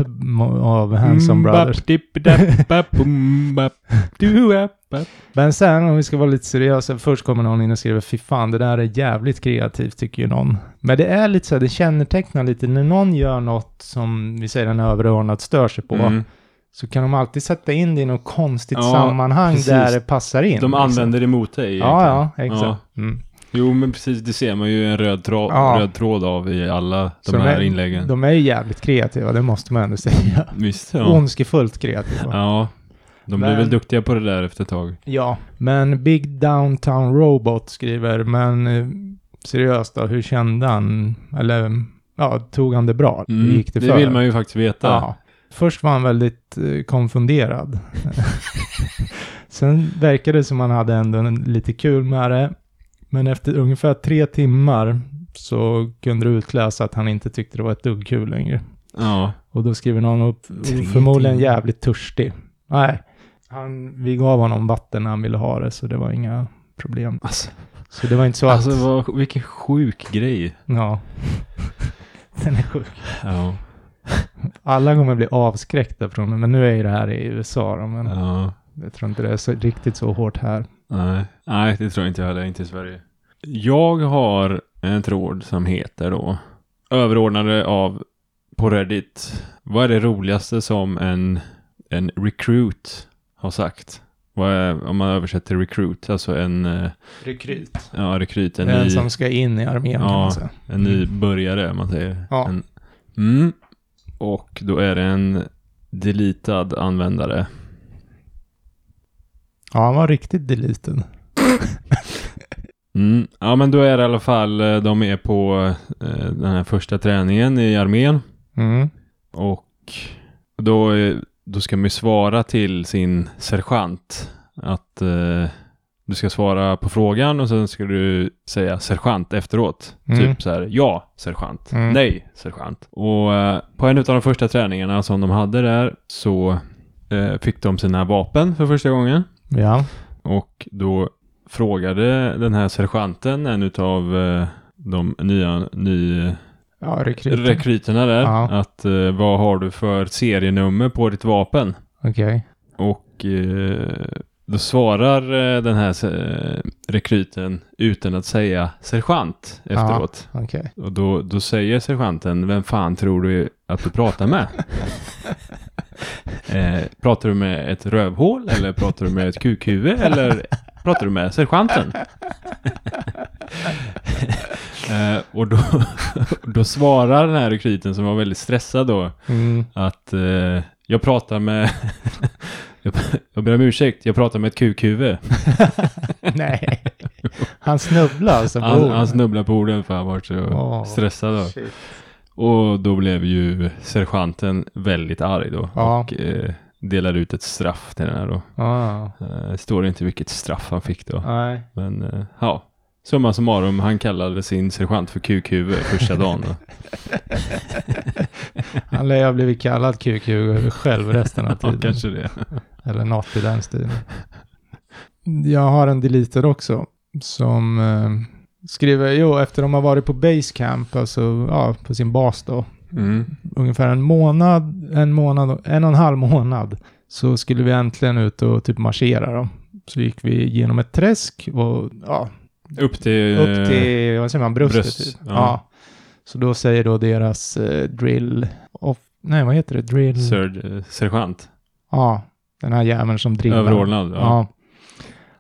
S1: av Hanson Brothers. Men sen om vi ska vara lite seriösa, först kommer någon in och skriver fy fan det där är jävligt kreativt tycker ju någon. Men det är lite så här, det kännetecknar lite när någon gör något som vi säger den överordnad stör sig på.
S2: Mm.
S1: Så kan de alltid sätta in det i något konstigt
S2: Ja,
S1: sammanhang
S2: precis.
S1: där det passar in.
S2: De
S1: liksom.
S2: använder det mot dig. egentligen.
S1: Ja, ja, exakt. Mm.
S2: Jo, men precis. Det ser man ju en röd, tra-
S1: Ja.
S2: röd tråd av i alla de
S1: Så
S2: här
S1: är-
S2: inläggen.
S1: De är ju jävligt kreativa, det måste man ändå säga.
S2: Visst, ja.
S1: Ondskefullt kreativa.
S2: ja. De blir
S1: Men-
S2: väl duktiga på det där efter ett tag.
S1: Ja, men Big Downtown Robot skriver, men eh, seriöst då, hur kände han, eller ja, tog han det bra? Hur
S2: Mm.
S1: gick det,
S2: det
S1: för?
S2: vill man ju faktiskt veta.
S1: Ja. Först var han väldigt eh, konfunderad. Sen verkade det som han hade ändå en, lite kul med det. Men efter ungefär tre timmar så kunde du utläsa att han inte tyckte det var ett dugg kul längre.
S2: Ja.
S1: Och då skriver någon upp,
S2: Tre
S1: förmodligen
S2: timmar.
S1: jävligt törstig. Nej, han, vi gav honom vatten när han ville ha det, så det var inga problem.
S2: Alltså,
S1: Så det var inte så att,
S2: alltså vad, vilken sjuk grej.
S1: ja. Den är sjuk.
S2: Ja.
S1: Alla kommer bli avskräckta från det, men nu är ju det här i USA då, men
S2: ja.
S1: jag tror inte det är så, riktigt så hårt här.
S2: Nej. Nej, det tror jag inte jag heller. Inte i Sverige. Jag har en tråd som heter då överordnade av på Reddit. Vad är det roligaste som en, en recruit har sagt? Vad är, om man översätter recruit, alltså en, eh,
S1: Rekryt.
S2: ja, rekryt, en,
S1: Den
S2: ny,
S1: som ska in i armén kan
S2: Ja.
S1: man säga.
S2: en nybörjare, man säger.
S1: Ja.
S2: En, mm, och då är det en deletad användare.
S1: Ja, han var riktigt deliten.
S2: Mm. Ja, men då är det i alla fall, eh, de är på eh, den här första träningen i armén.
S1: Mm.
S2: Och då, eh, då ska man ju svara till sin sergeant att eh, du ska svara på frågan och sen ska du säga sergeant efteråt.
S1: Mm.
S2: Typ så här, ja sergeant,
S1: Mm.
S2: nej sergeant. Och eh, på en av de första träningarna som de hade där så eh, fick de sina vapen för första gången.
S1: Ja.
S2: Och då frågade den här sergeanten en utav eh, de nya, ny,
S1: Ja, rekryten.
S2: rekryterna där
S1: Ja.
S2: att eh, vad har du för serienummer på ditt vapen?
S1: Okej.
S2: Och eh, då svarar eh, den här eh, rekryten utan att säga sergeant efteråt.
S1: Okej.
S2: Och då, då säger sergeanten, vem fan tror du att du pratar med? eh, pratar du med ett rövhål eller pratar du med ett kukhuvud eller pratar du med sergeanten? eh, och då, då svarar den här rekryten som var väldigt stressad då
S1: Mm.
S2: att eh, jag pratar med... jag, jag ber om ursäkt, jag pratar med ett kukhuvud.
S1: Nej. Han snubblar alltså på
S2: Han,
S1: orden.
S2: han snubblade på orden för han var så
S1: Åh,
S2: stressad då.
S1: Shit.
S2: Och då blev ju sergeanten väldigt arg då.
S1: Ja.
S2: Och eh, delade ut ett straff till den här då.
S1: Ja.
S2: Eh, står inte vilket straff han fick då.
S1: Ah. Nej.
S2: Men eh, ja, summa summarum, han kallade sin sergeant för kukhuvud första dagen. Då.
S1: Han lär ju ha blivit kallad QQ själv resten av
S2: Ja,
S1: tiden.
S2: kanske det.
S1: Eller något i den stilen. Jag har en deleter också som eh, skriver, jo, efter de har varit på basecamp, alltså ja, på sin bas då,
S2: Mm.
S1: ungefär en månad, en månad, en och en halv månad, så skulle vi äntligen ut och typ marschera då. Så gick vi genom ett träsk och ja,
S2: Upp till...
S1: upp till, vad säger man, bröstet.
S2: Eh, bröst,
S1: typ.
S2: ja.
S1: ja. Så då säger då deras eh, drill, off, nej vad heter det,
S2: eh,
S1: drill,
S2: Sir, eh, sergeant.
S1: ja, den här jäveln som drillar.
S2: Överordnad.
S1: Ja.
S2: Ja.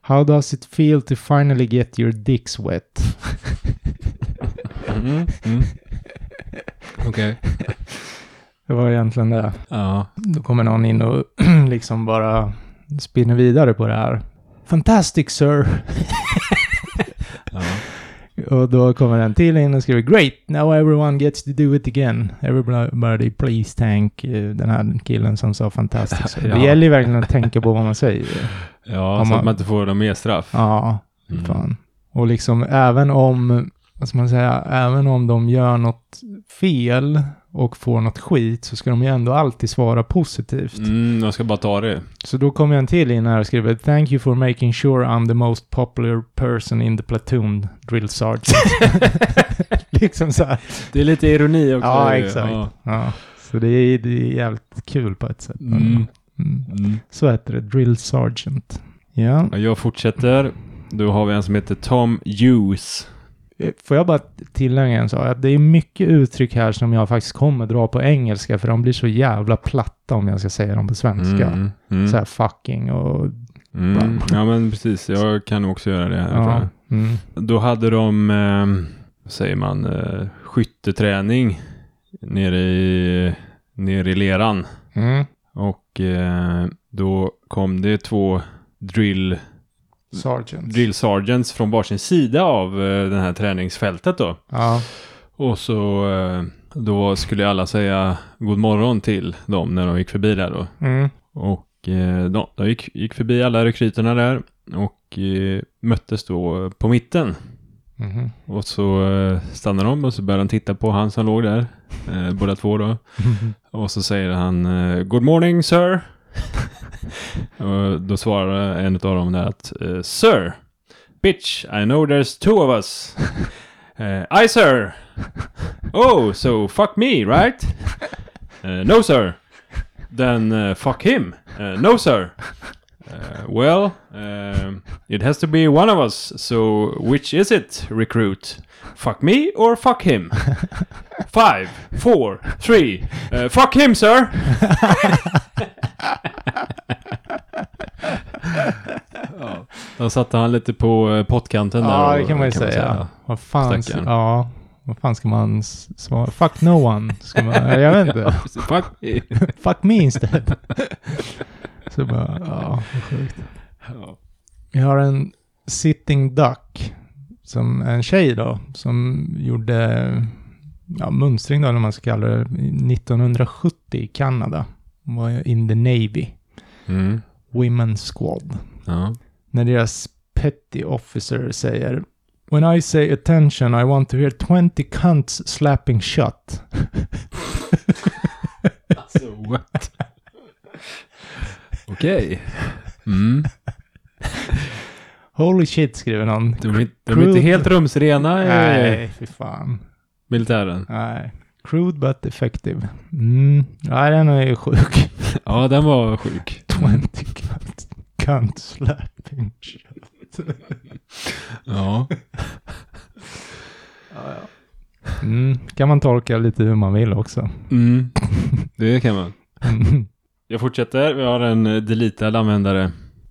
S1: How does it feel to finally get your dicks wet?
S2: Mm. Mm. Okej.
S1: Det var egentligen det.
S2: Ja.
S1: Då kommer någon in och liksom bara spinner vidare på det här. Fantastic sir!
S2: ja.
S1: Och då kommer en till in och skriver Great! Now everyone gets to do it again. Everybody please thank eh, den här killen som sa fantastic sir.
S2: Ja.
S1: Det gäller ju verkligen att tänka på vad man säger.
S2: ja
S1: Om
S2: så
S1: man-
S2: att man inte får någon mer straff.
S1: Ja,
S2: Mm.
S1: fan. Och liksom även om, vad ska man säga, även om de gör något fel och får något skit så ska de ju ändå alltid svara positivt.
S2: Mm, jag ska bara ta det.
S1: Så då kommer jag en till in här och skriver Thank you for making sure I'm the most popular person in the platoon, drill sergeant. liksom så här.
S2: Det är lite ironi också.
S1: Ja, exakt. Ja. Så det är, det är jävligt kul på ett sätt. men-
S2: Mm.
S1: Mm.
S2: Mm.
S1: Så heter det, drill sergeant. Ja.
S2: Ja, Jag fortsätter. Då har vi en som heter Tom Hughes.
S1: Eh, Får jag bara tillägga en sak? Att det är mycket uttryck här som jag faktiskt kommer dra på engelska för de blir så jävla platta om jag ska säga dem på svenska.
S2: Mm, mm,
S1: Så här fucking och...
S2: mm. Ja, men precis. Jag kan också göra det här. tror
S1: Ja.
S2: jag.
S1: Mm.
S2: Då hade de, eh, vad säger man, eh, skytteträning nere i, nere i leran.
S1: Mm.
S2: Och eh, då kom det två drill,
S1: Sergeant.
S2: drill sergeants från varsin sida av eh, det här träningsfältet då.
S1: Ja.
S2: Och så eh, då skulle alla säga god morgon till dem när de gick förbi där då.
S1: Mm.
S2: Och eh, de, de gick, gick förbi alla rekryterna där och eh, möttes då på mitten.
S1: Mhm.
S2: Och så eh, stannade de och så började de titta på han som låg där, eh, båda två då. Och så säger han eh, Good morning sir. och då svarar en av dem där att eh, Sir, bitch, I know there's two of us. Eh, I sir. Oh, so fuck me, right? Eh, no sir. Then eh, fuck him. Eh, no sir. Eh, well, ehm, it has to be one of us. So which is it, recruit? Fuck me or fuck him? Five, four, three. Eh, fuck him, sir! Då satte han lite på eh, pottkanten där.
S1: Ja,
S2: och-
S1: det kan man ju säga. Vad fan,
S2: Stackarn.
S1: ja, vad fan ska man s- svara? Fuck no one. Ska man, jag vet
S2: Ja,
S1: inte.
S2: precis. Fuck.
S1: Fuck me instead. Så bara, ja, vad sjukt.
S2: Ja.
S1: Jag har en sitting duck, som är en tjej då, som gjorde ja, mönstring då, eller vad man ska kalla det, 1970 i Kanada. Hon var ju in the Navy,
S2: Mm.
S1: Women's Squad.
S2: Ja.
S1: När deras petty officer säger When I say attention I want to hear 20 cunts slapping shut.
S2: Alltså what? Okej. Mm.
S1: Holy shit skriver någon.
S2: De, är, de är inte helt rumsrena i
S1: Nej, fy fan.
S2: militären.
S1: Nej. Crude but effective. Mm. Nej, den är ju sjuk.
S2: Ja, den var sjuk.
S1: 20 cunt, cunt slapping shut.
S2: Ja.
S1: Mm. Kan man tolka lite hur man vill också.
S2: Mm. Det kan man.
S1: Mm.
S2: Jag fortsätter. Vi har en eh, deletad användare.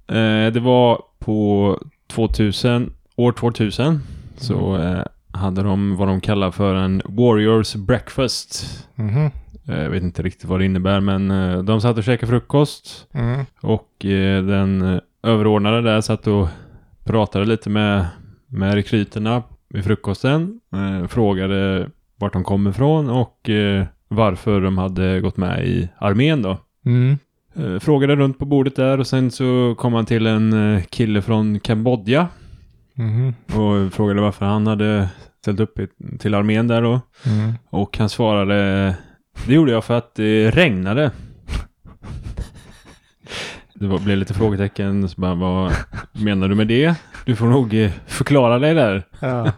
S2: Eh, det var på 2000, år 2000. Så eh, hade de vad de kallar för en Warriors Breakfast.
S1: Mhm.
S2: Eh, Jag vet inte riktigt vad det innebär, men eh, de satt och käkade frukost.
S1: Mm.
S2: Och eh, den eh, överordnade där satt och pratade lite med, med rekryterna vid frukosten. Eh, frågade vart de kom ifrån och eh, varför de hade gått med i armén då.
S1: Mm.
S2: Eh, frågade runt på bordet där och sen så kom han till en eh, kille från Kambodja
S1: Mhm.
S2: och frågade varför han hade ställt upp i, till armén där då.
S1: Mm.
S2: Och han svarade Det gjorde jag för att det regnade. Det var, blev lite frågetecken. Så bara, vad menar du med det? Du får nog eh, förklara dig där.
S1: Ja.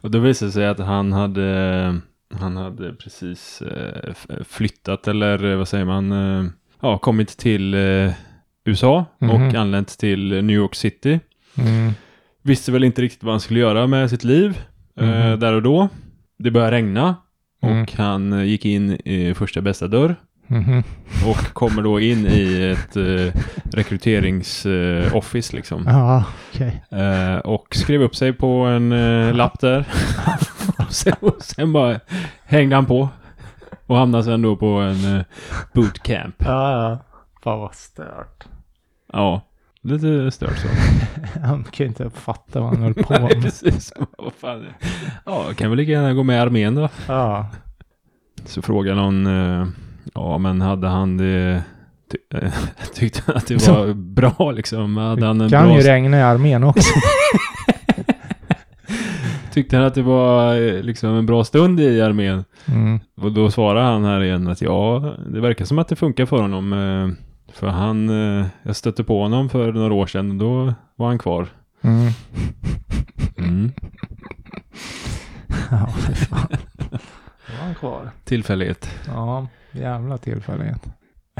S2: Och då visade det sig att han hade Han hade precis eh, f- flyttat eller eh, vad säger man? eh, Ja, kommit till eh, USA och
S1: Mhm.
S2: anlänt till New York City.
S1: Mm.
S2: Visste väl inte riktigt vad han skulle göra med sitt liv eh,
S1: Mhm.
S2: där och då. Det började regna och
S1: Mm.
S2: han eh, gick in i första bästa dörr
S1: Mhm.
S2: och kommer då in i ett eh, rekryteringsoffice liksom.
S1: Ja, okej.
S2: Eh, och skrev upp sig på en eh, lapp där. och, sen, och sen bara hängde han på. Och hamnade sen då på en eh, bootcamp.
S1: Ja, ja. Fan vad stört.
S2: Ja, lite stört så.
S1: Han kan ju inte fatta vad han höll på
S2: Nej,
S1: med.
S2: precis. Vad fan. Ja, kan väl lika gärna gå med i armén då.
S1: Ja.
S2: Så frågade någon, eh, ja men hade han det, ty, eh, tyckte han att det var bra liksom? Hade han en
S1: Det kan
S2: bra,
S1: ju regna i armén också.
S2: tyckte han att det var eh, liksom en bra stund i armén?
S1: Mm.
S2: Och då svarade han här igen att ja, det verkar som att det funkar för honom. eh, För han, eh, jag stötte på honom för några år sedan och då var han kvar.
S1: Mm.
S2: Mm.
S1: Ja, fy fan. Då var han kvar.
S2: Tillfällighet.
S1: Ja, jävla tillfällighet.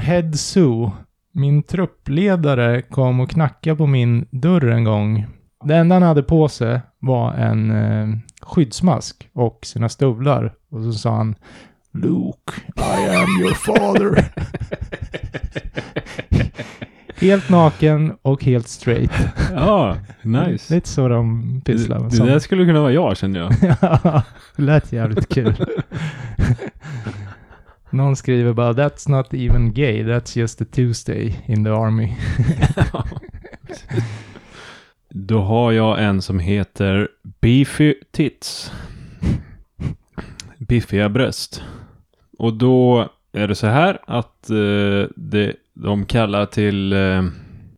S1: Head Zoo. Min truppledare kom och knackade på min dörr en gång. Det enda han hade på sig var en eh, skyddsmask och sina stövlar. Och så sa han Luke, I am your father. helt naken och helt straight.
S2: Ja, nice.
S1: Lite så de pysslar
S2: Det,
S1: med
S2: det där
S1: sånt.
S2: skulle kunna vara jag känner jag.
S1: Ja, det lät jävligt kul. Någon skriver bara “That's not even gay, that's just a Tuesday in the army”.
S2: Då har jag en som heter Beefy Tits. Biffiga bröst. Och då är det så här att eh, det, de kallar till eh,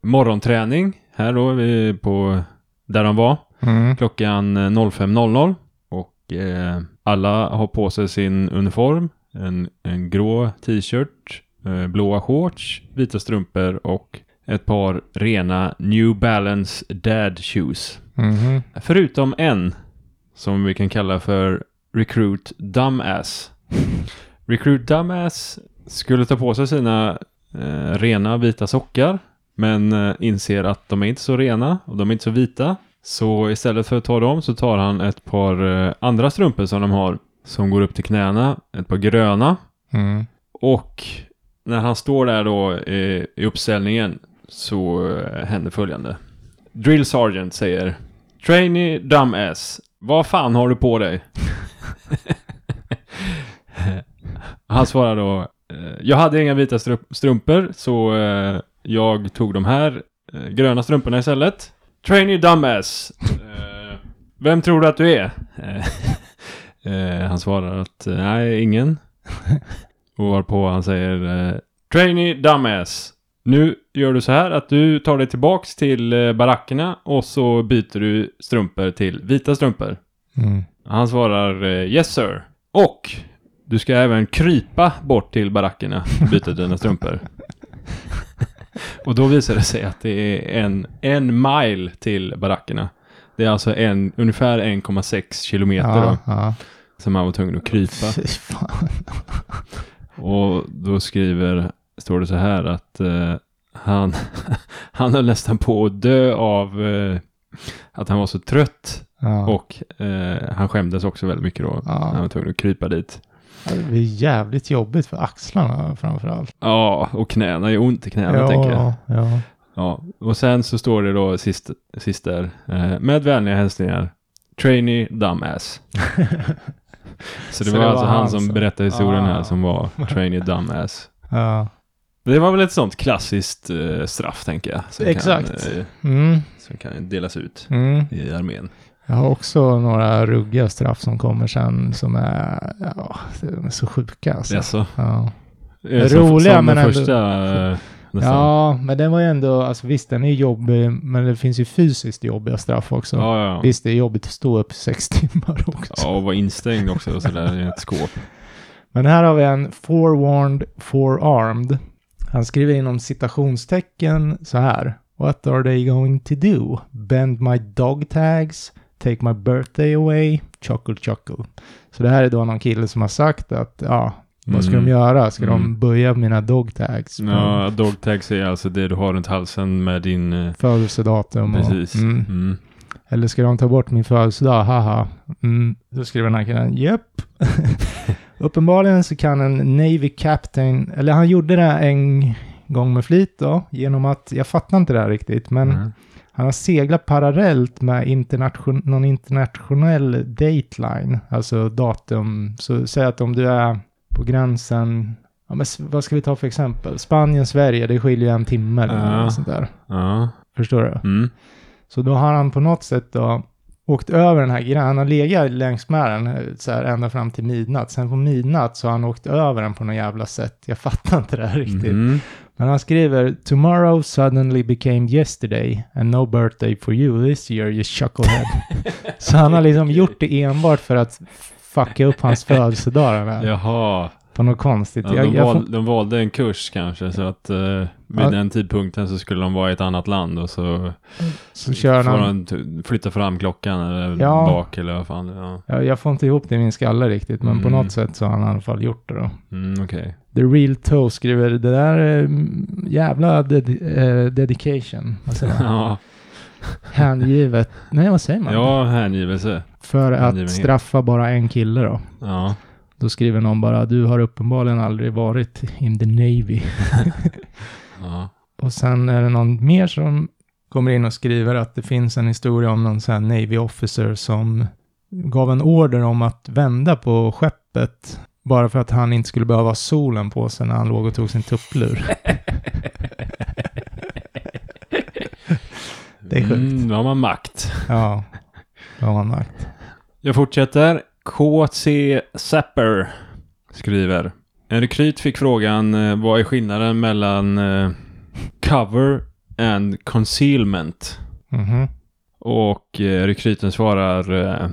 S2: morgonträning här då vi på där de var
S1: Mm.
S2: klockan eh, 05.00 och eh, alla har på sig sin uniform. En, en grå t-shirt, eh, blåa shorts, vita strumpor och ett par rena New Balance Dad Shoes.
S1: Mhm.
S2: Förutom en som vi kan kalla för Recruit Dumbass. Recruit Dumbass skulle ta på sig sina eh, rena vita sockar men eh, inser att de är inte så rena och de är inte så vita. Så istället för att ta dem så tar han ett par eh, andra strumpor som de har som går upp till knäna, ett par gröna
S1: Mm.
S2: och när han står där då eh, i uppställningen så eh, händer följande. Drill Sergeant säger Trainee dumbass. Vad fan har du på dig? Han svarar då eh, Jag hade inga vita strup- strumpor så eh, jag tog de här eh, gröna strumporna istället. Trainee dumbass. Eh, Vem tror du att du är? Eh, eh, Han svarar att eh, nej, ingen. Och varpå han säger eh, Trainee dumbass. Nu gör du så här att du tar dig tillbaks till eh, barackerna och så byter du strumpor till vita strumpor.
S1: Mm.
S2: Han svarar eh, yes sir. Och du ska även krypa bort till barackerna och byta dina strumpor. och då visar det sig att det är en, en mile till barackerna. Det är alltså en, ungefär 1,6 kilometer då,
S1: Ja, ja.
S2: som han var tvungen att krypa.
S1: Fy fan.
S2: Och då skriver, står det så här att eh, han, han höll nästan på att dö av eh, att han var så trött
S1: Ja.
S2: och eh, han skämdes också väldigt mycket då. Han
S1: ja.
S2: var tvungen att krypa dit.
S1: Det blir jävligt jobbigt för axlarna framförallt.
S2: Ja, och knäna, gör ont i knäna tänker jag.
S1: ja, ja.
S2: Ja, och sen så står det då sist, sist där, eh, med vänliga hälsningar, trainee dumbass. så det var alltså han som berättade historien här
S1: Ah.
S2: som var trainee dumbass.
S1: ja.
S2: Det var väl ett sånt klassiskt eh, straff, tänker jag. Som
S1: Exakt.
S2: Kan, eh,
S1: Mm,
S2: som kan delas ut
S1: mm.
S2: i armén.
S1: Jag har också några ruggiga straff som kommer sen som är, ja, de är så sjuka alltså.
S2: Jaså?
S1: Ja.
S2: Eh,
S1: Roliga,
S2: som
S1: men
S2: den
S1: ändå-
S2: första eh, nästan. Ja,
S1: ja, men den var ju ändå, alltså visst den är jobbig, men det finns ju fysiskt jobbiga straff också.
S2: ja, ja.
S1: Visst, det är jobbigt att stå upp sex timmar också.
S2: Ja, och vara instängd också och sådär i ett skåp.
S1: Men här har vi en forewarned, forearmed. Han skriver inom citationstecken så här. What are they going to do? Bend my dog tags? Take my birthday away? Chuckle chuckle. Så det här är då någon kille som har sagt att ja, vad ska
S2: Mm.
S1: de göra? Ska de
S2: Mm.
S1: böja mina dog tags? på
S2: Ja, dog tags är alltså det du har runt halsen med din... eh,
S1: Födelsedatum och...
S2: Precis.
S1: Mm.
S2: Mm.
S1: Eller ska de ta bort min födelsedag? Haha. Mm. Då skriver den här killen, japp. Uppenbarligen så kan en Navy Captain, eller han gjorde det en gång med flit då, genom att, jag fattar inte det här riktigt, men
S2: Mm.
S1: han har seglat parallellt med internation, någon internationell dateline, alltså datum. Så säg att om du är på gränsen, ja, men s- vad ska vi ta för exempel? Spanien, Sverige, det skiljer ju en timme eller
S2: Ja.
S1: något sånt där.
S2: Ja.
S1: Förstår du?
S2: Mm.
S1: Så då har han på något sätt då åkt över den här gränsen. Han har legat längs med den eh, så här ända fram till midnatt. Sen på midnatt så har han åkt över den på något jävla sätt. Jag fattar inte det här riktigt.
S2: Mm.
S1: Men han skriver “Tomorrow suddenly became yesterday and no birthday for you this year you chucklehead”. så han har liksom gjort det enbart för att fucka upp hans födelsedag den här,
S2: Jaha.
S1: på något konstigt.
S2: Ja,
S1: jag,
S2: de,
S1: jag
S2: val,
S1: får-
S2: de valde en kurs kanske så att eh, vid
S1: Ja.
S2: den tidpunkten så skulle de vara i ett annat land och så
S1: så kör
S2: får
S1: han,
S2: de t- flytta fram klockan eller
S1: Ja.
S2: bak eller vad fan. Ja.
S1: jag, jag får inte ihop det i min skalle riktigt, men på
S2: Mm.
S1: något sätt så har han i alla fall gjort det då.
S2: Mm, okej.
S1: The Real Toe skriver det där är, mm, jävla ded- eh, dedication. Vad säger man?
S2: Ja,
S1: Hängivet. Nej, vad säger man?
S2: ja, hängivelse.
S1: För att
S2: hängivenhet.
S1: straffa bara en kille då.
S2: Ja.
S1: Då skriver någon bara du har uppenbarligen aldrig varit in the Navy.
S2: ja.
S1: Och sen är det någon mer som kommer in och skriver att det finns en historia om någon sån här Navy officer som gav en order om att vända på skeppet bara för att han inte skulle behöva ha solen på sig när han låg och tog sin tupplur. Det är sjukt.
S2: Mm, då har man makt.
S1: Ja, det har man märkt.
S2: Jag fortsätter. KC Zapper skriver. En rekryt fick frågan eh, vad är skillnaden mellan eh, cover and concealment?
S1: Mhm.
S2: Och eh, rekryten svarar eh,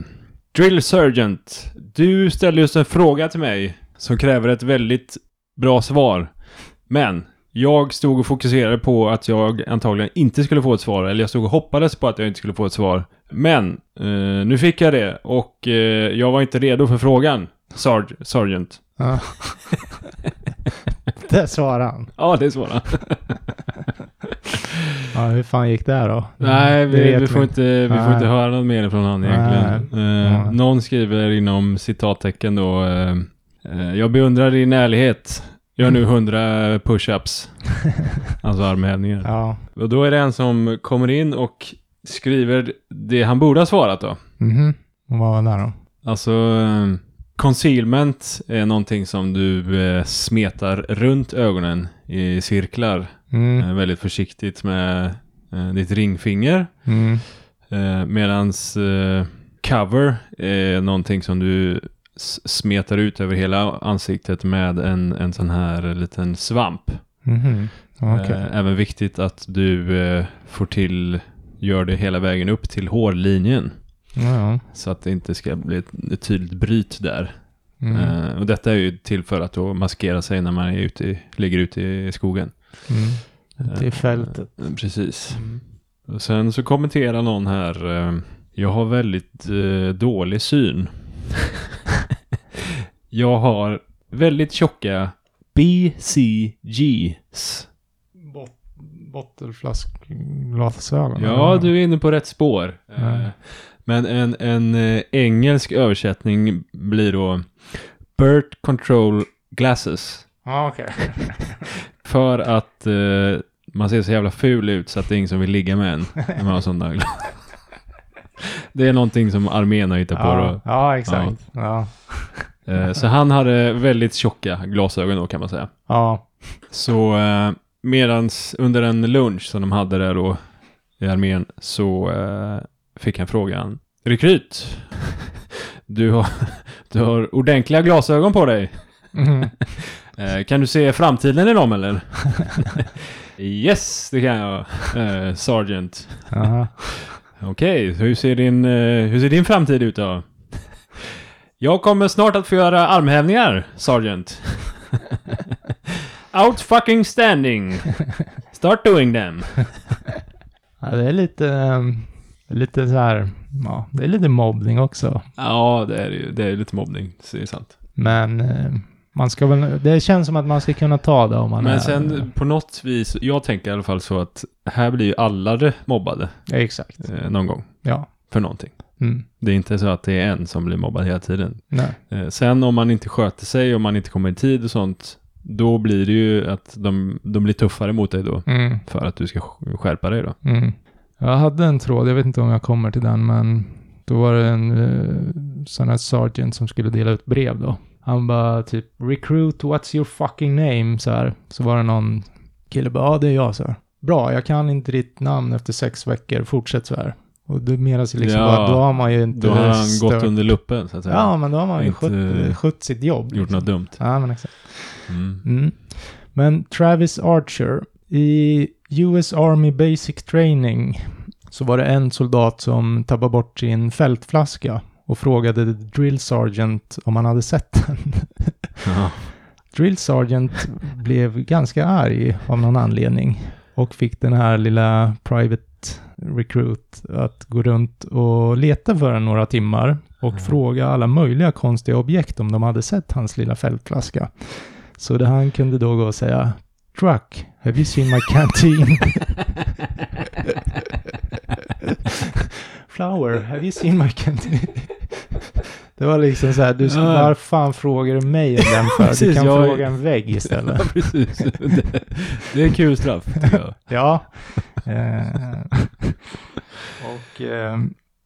S2: Drill Sergeant, du ställde just en fråga till mig som kräver ett väldigt bra svar. Men jag stod och fokuserade på att jag antagligen inte skulle få ett svar, eller jag stod och hoppades på att jag inte skulle få ett svar. Men eh, nu fick jag det och eh, jag var inte redo för frågan, Sarge, Sergeant.
S1: Ja. Där svarade han.
S2: Ja, det svarade han.
S1: Ja, hur fan gick det här då?
S2: Nej,
S1: Mm. Det
S2: vi,
S1: vet
S2: vi, får
S1: vi.
S2: inte, vi får
S1: Nej.
S2: inte höra något mer från han egentligen. Eh,
S1: Ja.
S2: Någon skriver inom citattecken då. eh, eh, jag beundrar din ärlighet. Gör nu 100 push-ups. alltså armhävningar.
S1: Ja.
S2: Och då är det en som kommer in och skriver det han borde ha svarat då.
S1: Mhm. Och vad var det då?
S2: Alltså, eh, concealment är någonting som du eh, smetar runt ögonen i cirklar.
S1: Mm.
S2: Eh, väldigt försiktigt med eh, ditt ringfinger.
S1: Mm.
S2: Eh, medans eh, cover är någonting som du s- smetar ut över hela ansiktet med en, en sån här liten svamp.
S1: Mhm. Okej.
S2: Eh, även viktigt att du eh, får till, gör det hela vägen upp till hårlinjen.
S1: Ja, ja.
S2: Så att det inte ska bli ett, ett tydligt bryt där.
S1: Mm.
S2: Eh, och detta är ju till för att då maskera sig när man är ute i, ligger ute i skogen.
S1: Mm. Det är fältet.
S2: Eh, precis.
S1: Mm.
S2: Och sen så kommenterar någon här. eh, Jag har väldigt eh, dålig syn. jag har väldigt tjocka BCGs.
S1: Bot Bottenflaskglasögon.
S2: Ja, du är inne på rätt spår. Eh,
S1: Mm.
S2: Men en, en eh, engelsk översättning blir då Birth Control Glasses.
S1: Ja, okej.
S2: För att eh, man ser så jävla ful ut så att det är ingen som vill ligga med en när man har sådana ögon. Det är någonting som armén har hittat på då.
S1: Ja, ja, exakt. Ja.
S2: Eh, Så han hade väldigt tjocka glasögon då kan man säga.
S1: Ja.
S2: Så eh, medans under en lunch som de hade där då i armén så eh, fick han frågan Rekryt! Du har, du har ordentliga glasögon på dig.
S1: Mm.
S2: Eh, kan du se framtiden i dem eller? yes, det kan jag, eh, sergeant.
S1: Aha.
S2: Okej, hur, ser din, eh, hur ser din framtid ut då? Jag kommer snart att få göra armhävningar, sergeant. Out fucking standing. Start doing them.
S1: Ja, det är lite, ehm, lite så här, ja, det är lite mobbning också.
S2: Ja, det är ju. Det är lite mobbning, så det är sant.
S1: Men eh, man ska väl, det känns som att man ska kunna ta det om man är...
S2: Men sen på något vis, jag tänker i alla fall så att här blir ju alla det mobbade
S1: Ja, exakt.
S2: eh, någon gång
S1: Ja.
S2: för någonting.
S1: Mm.
S2: Det är inte så att det är en som blir mobbad hela tiden.
S1: Nej.
S2: Eh, Sen om man inte sköter sig, om man inte kommer i tid och sånt, då blir det ju att de, de blir tuffare mot dig då.
S1: Mm.
S2: För att du ska sk- skärpa dig då.
S1: Mm. Jag hade en tråd, jag vet inte om jag kommer till den, men då var det en eh, sån här sergeant som skulle dela ut brev då. Han bara typ “Recruit, what's your fucking name?” så här. Så var det någon kille bara “Ja, det är jag” så här. “Bra, jag kan inte ditt namn efter sex veckor, fortsätt så här.” Och det menas ju liksom
S2: Ja,
S1: bara, då har man ju inte
S2: Då har han
S1: stört-
S2: gått under luppen så att säga.
S1: Ja, men då har man ju
S2: Inte-
S1: skött, skött sitt jobb. liksom.
S2: Gjort något dumt.
S1: Ja, men exakt.
S2: Mm.
S1: Mm. Men Travis Archer, i US Army Basic Training så var det en soldat som tappade bort sin fältflaska och frågade the Drill Sergeant om han hade sett den.
S2: Ja.
S1: Drill Sergeant blev ganska arg av någon anledning och fick den här lilla Private Recruit att gå runt och leta för den några timmar och
S2: Mm.
S1: fråga alla möjliga konstiga objekt om de hade sett hans lilla fältflaska. Så det han kunde då gå och säga Truck, have you seen my canteen? Flower, have you seen my canteen? Det var liksom så här, du,
S2: Ja.
S1: var fan frågar du mig om den för? Du
S2: Precis,
S1: kan
S2: jag-
S1: fråga en vägg istället.
S2: Ja, precis. Det, det är en kul straff, tycker jag.
S1: Ja. Eh, och eh,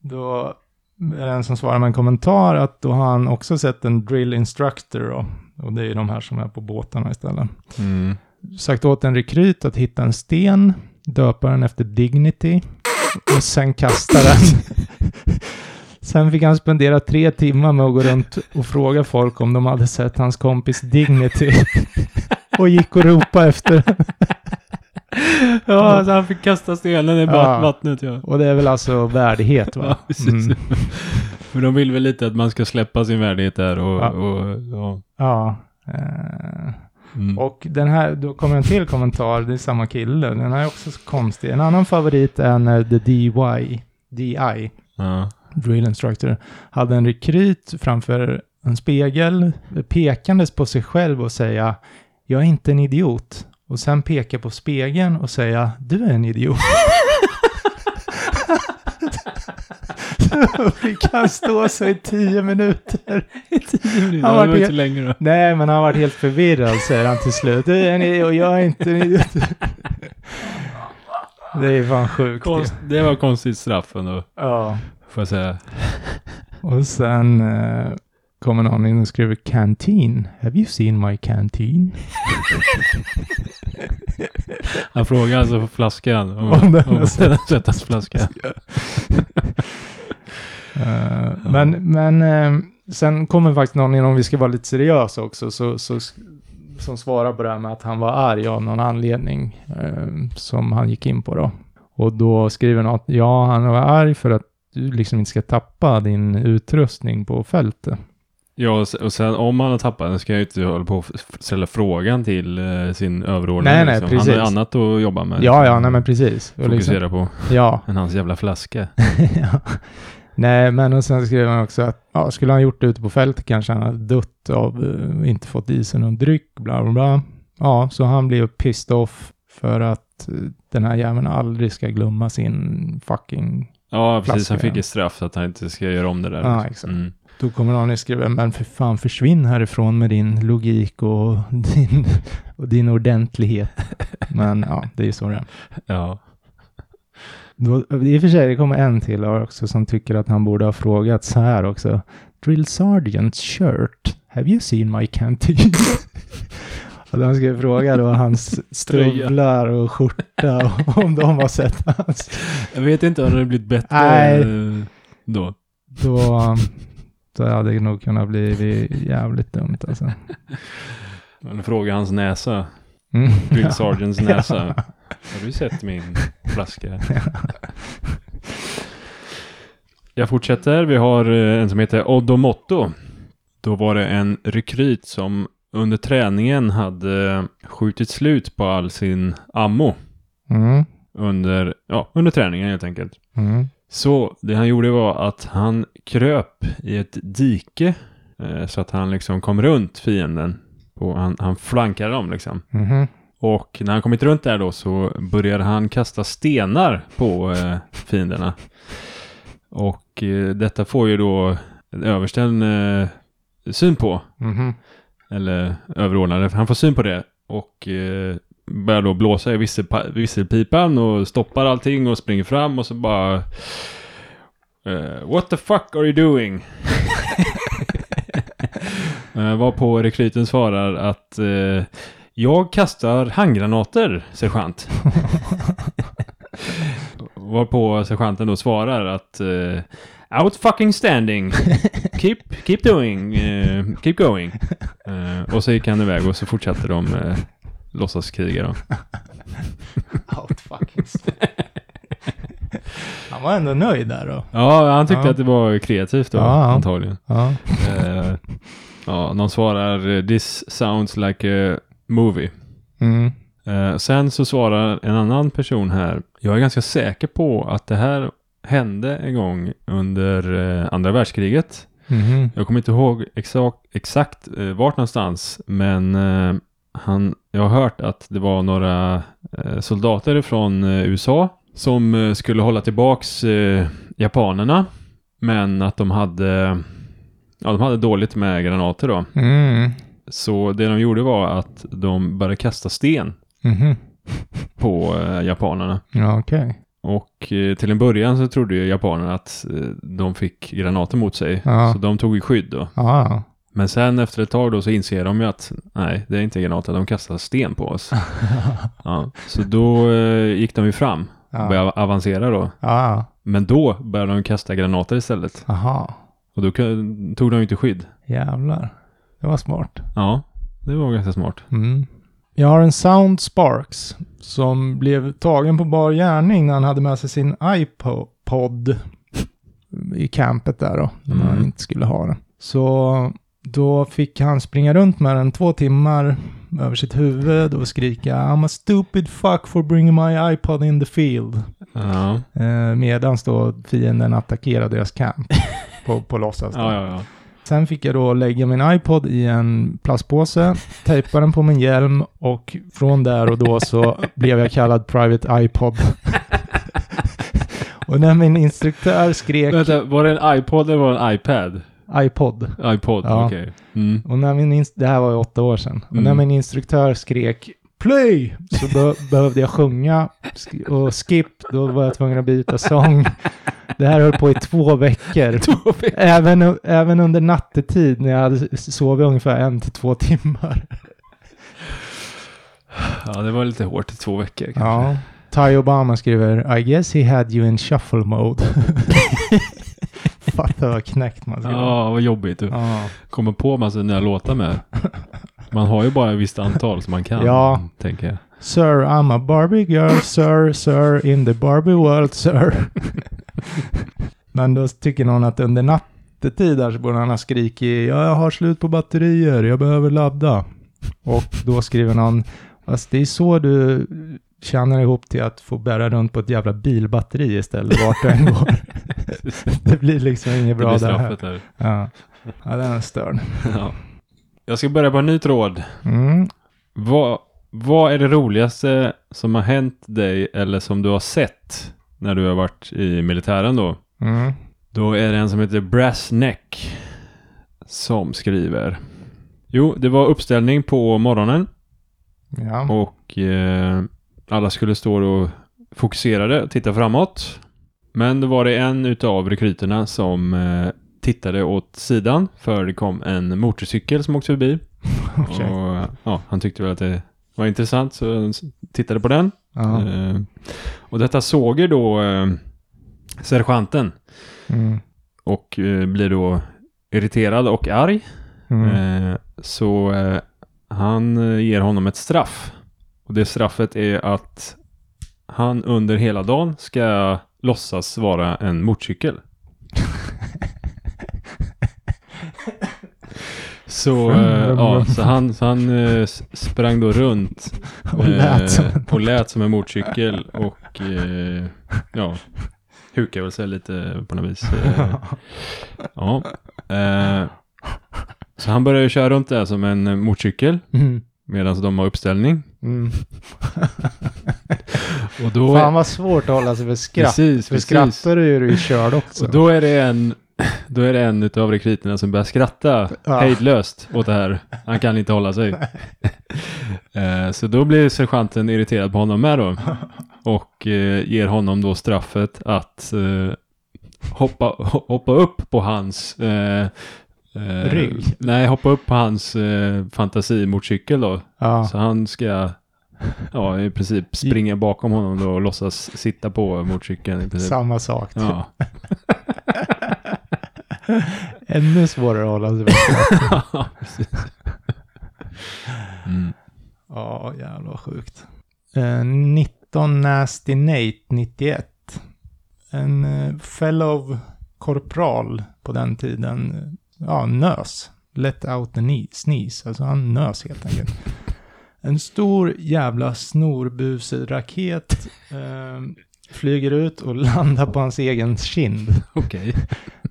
S1: då är det en som svarar med en kommentar att då har han också sett en drill instructor då. Och det är ju de här som är på båtarna istället.
S2: Mm.
S1: Sagt åt en rekryt att hitta en sten, döpa den efter Dignity och sen kasta den. Sen fick han spendera tre timmar med att gå runt och fråga folk om de hade sett hans kompis Dignity. Och gick och ropade efter den.
S2: Ja, alltså han fick kasta stenen i
S1: Ja.
S2: ja. vattnet ja.
S1: Och det är väl alltså värdighet va? Mm.
S2: Ja, Mm. precis. För de vill väl lite att man ska släppa sin värdighet där och...
S1: Ja.
S2: och ja.
S1: Ja. eh,
S2: Mm.
S1: Och den här, då kommer en till kommentar, det är samma kille. Den här är också så konstig. En annan favorit är när The DY, DI,
S2: ja.
S1: Drill Instructor, hade en rekryt framför en spegel, pekandes på sig själv och säga “Jag är inte en idiot” och sen peka på spegeln och säga “Du är en idiot”. Så Fick han stå så i tio minuter.
S2: Ja, det
S1: var
S2: var inte
S1: det-
S2: längre då.
S1: Nej, men han varit helt förvirrad, säger han till slut. Du är en idiot och jag är inte en idiot. Det är fan sjukt.
S2: Konst, det var konstigt straff ändå,
S1: Ja.
S2: får jag säga.
S1: Och sen eh, kommer någon in och skriver canteen. Have you seen my canteen?
S2: Han frågade alltså för flaskan. Om,
S1: Om
S2: om
S1: den
S2: den
S1: är
S2: har sett hans flaska.
S1: Eh, men men eh, sen kommer faktiskt någon in, om vi ska vara lite seriösa också, så, så, som svarar på det här med att han var arg av någon anledning eh, som han gick in på då. Och då skriver någon att ja, han var arg för att du liksom inte ska tappa din utrustning på fältet.
S2: Ja, och se- och sen om han har tappat den ska jag ju inte hålla på och f- ställa frågan till eh, sin överordnade. liksom.
S1: Nej, nej, precis.
S2: Han har ju annat att jobba med.
S1: Ja, ja, nej men precis. Och liksom,
S2: Fokusera på
S1: ja,
S2: än hans jävla flaska.
S1: ja. Nej, men och sen skrev han också att ja, skulle han gjort det ute på fältet kanske han hade dött av eh, inte fått i sig någon dryck, bla bla bla. Ja, så han blev pissed off för att eh, den här jäveln aldrig ska glömma sin fucking...
S2: Ja, precis.
S1: Flaska,
S2: Han fick
S1: ja.
S2: ett straff så att han inte ska göra om det där.
S1: Ja,
S2: liksom.
S1: exakt.
S2: Mm.
S1: Då kommer någon och skriver, men för fan försvinn härifrån med din logik och din, och din ordentlighet. Men ja, det är ju så det är.
S2: Ja.
S1: Då, I och för sig, det kommer en till här också som tycker att han borde ha frågat så här också. Drill Sergeants shirt, have you seen my canteen? Att han skulle fråga då hans
S2: Tröja.
S1: stövlar och skjorta och om de har sett hans.
S2: Jag vet inte om det har blivit bättre
S1: Nej.
S2: eh, då.
S1: Då, då hade det nog kunnat bli jävligt dumt alltså.
S2: Men Fråga hans näsa.
S1: Mm.
S2: Drill Sergeants näsa. Har du sett min flaska? Jag fortsätter. Vi har eh, en som heter Odomotto. Då var det en rekryt som under träningen hade skjutit slut på all sin ammo
S1: Mm.
S2: under, ja, under träningen helt enkelt.
S1: Mm.
S2: Så det han gjorde var att han kröp i ett dike eh, så att han liksom kom runt fienden. På, han, han flankade dem liksom.
S1: Mhm.
S2: Och när han kommit runt där då så började han kasta stenar på eh, fienderna. Och eh, detta får ju då översten eh, syn på.
S1: Mhm.
S2: Eller överordnade. för Han får syn på det. Och eh, börjar då blåsa i visselpa- visselpipan och stoppar allting och springer fram och så bara... eh, What the fuck are you doing? eh, var på rekryten svarar att eh, jag kastar handgranater, sergeant. Varpå sergeanten då svarar att eh, Out fucking standing. Keep, keep doing. eh, keep going. Eh, och så gick han iväg och så fortsatte de eh, låtsas kriga då.
S1: Out fucking Han var ändå nöjd där då.
S2: Ja, han tyckte
S1: Ja.
S2: att det var kreativt då,
S1: Ja, ja.
S2: antagligen.
S1: Ja.
S2: Eh, ja, någon svarar eh, “This sounds like a movie”.
S1: Mm.
S2: Eh, sen så svarar en annan person här “Jag är ganska säker på att det här hände en gång under eh, andra världskriget”.
S1: Mhm.
S2: Jag kommer inte ihåg exakt, exakt eh, vart någonstans, men eh, han, jag har hört att det var några eh, soldater från eh, USA som eh, skulle hålla tillbaks eh, japanerna, men att de hade, ja, de hade dåligt med granater då.
S1: Mm.
S2: Så det de gjorde var att de började kasta sten
S1: Mhm.
S2: på eh, japanerna.
S1: Ja, okej.
S2: Och eh, till en början så trodde ju japanerna att eh, de fick granater mot sig,
S1: Ja.
S2: så de tog ju skydd då.
S1: Ja,
S2: Men sen efter ett tag då så inser de ju att nej, det är inte granater, de kastar sten på oss. ja, så då eh, gick de ju fram och
S1: ja.
S2: började avancera då.
S1: Ja,
S2: Men då började de kasta granater istället.
S1: aha.
S2: Och då kun- tog de ju inte skydd.
S1: Jävlar. Det var smart.
S2: Ja, det var ganska smart.
S1: Mm. Jag har en Sound Sparks som blev tagen på bar gärning när han hade med sig sin iPod i campet där då, när man
S2: Mm.
S1: inte skulle ha den. Så då fick han springa runt med den två timmar över sitt huvud och skrika I'm a stupid fuck for bringing my iPod in the field.
S2: Ja,
S1: Eh, medans då fienden attackerade deras camp på, på låtsas. då.
S2: ja, ja. ja.
S1: Sen fick jag då lägga min iPod i en plastpåse, tejpa den på min hjälm och från där och då så blev jag kallad Private iPod. och när min instruktör skrek
S2: Vänta, var det en iPod eller var det en iPad?
S1: iPod,
S2: iPod,
S1: Ja.
S2: okej. Mm.
S1: och när min inst- det här var ju åtta år sedan, och när
S2: Mm.
S1: min instruktör skrek play! Så be- behövde jag sjunga sk- och skip, då var jag tvungen att byta sång. Det här höll på i två veckor.
S2: Två veckor.
S1: Även, även under nattetid när jag hade sovit ungefär en till två timmar.
S2: Ja, det var lite hårt i två veckor kanske.
S1: Ja. Ty Obama skriver I guess he had you in shuffle mode. Fatta vad knäckt man ska vara.
S2: Ja, vad jobbigt. Du
S1: Ja.
S2: kommer på massa nya låtar med. Man har ju bara ett visst antal som man kan.
S1: Ja.
S2: Tänker jag.
S1: Sir, I'm a Barbie girl, sir, sir, in the Barbie world, sir. Men då tycker någon att under nattetid där så borde han ha skrikit ja, jag har slut på batterier, jag behöver ladda. Och då skriver någon, fast det är så du tjänar ihop till att få bära runt på ett jävla bilbatteri istället vart du än går. det blir liksom inget
S2: Det
S1: bra
S2: blir
S1: det här.
S2: straffet där.
S1: Ja. ja, den är störd.
S2: Ja. Jag ska börja på en ny tråd.
S1: Mm.
S2: Vad, vad är det roligaste som har hänt dig eller som du har sett när du har varit i militären då?
S1: Mm.
S2: Då är det en som heter Brass Neck som skriver. Jo, det var uppställning på morgonen
S1: Ja.
S2: och eh, alla skulle stå då fokuserade, titta framåt. Men då var det en utav rekryterna som eh, tittade åt sidan för det kom en motorcykel som åkte förbi.
S1: Okej.
S2: Och, ja, han tyckte väl att det var intressant så han s- tittade på den.
S1: Ja.
S2: Eh, och detta såg ju då eh, sergeanten
S1: Mm.
S2: och eh, blir då irriterad och arg.
S1: Mm.
S2: Eh, så eh, han eh, ger honom ett straff. Och det straffet är att han under hela dagen ska låtsas vara en motorcykel. Så, eh, ja, så han, så han eh, s- sprang då runt
S1: Och lät som
S2: eh, och lät som en motorcykel och eh, ja, hukade väl sig lite på något vis. Eh, ja. eh, så han började ju köra runt där som en motorcykel
S1: Mm.
S2: medan de har uppställning.
S1: Mm.
S2: Och då,
S1: Fan vad svårt att hålla sig för skratt.
S2: precis,
S1: För
S2: precis.
S1: skrattar du är du ju körd också.
S2: Och då är det en då är det en utav rekryterna som börjar skratta
S1: Ja.
S2: hejdlöst åt det här. Han kan inte hålla sig. Eh, Så då blir sergeanten irriterad på honom med då. Och eh, ger honom då straffet att eh, hoppa, hoppa upp på hans... eh, eh,
S1: Rygg.
S2: Nej, hoppa upp på hans eh, fantasimotorcykel då.
S1: ja.
S2: Så han ska ja, i princip springa bakom honom då och låtsas sitta på motorcykeln. i princip.
S1: Samma sak. typ.
S2: Ja.
S1: Ännu svårare att hålla sig för skratt.
S2: Ja, precis. Mm.
S1: Ja, jävlar vad sjukt. Eh, 19 Nasty Nate 91. En eh, fellow korpral på den tiden, eh, ja, nös. Let out the knee- sneeze, alltså han nös helt enkelt. En stor jävla snorbusig raket eh, flyger ut och landar på hans egen kind.
S2: Okej.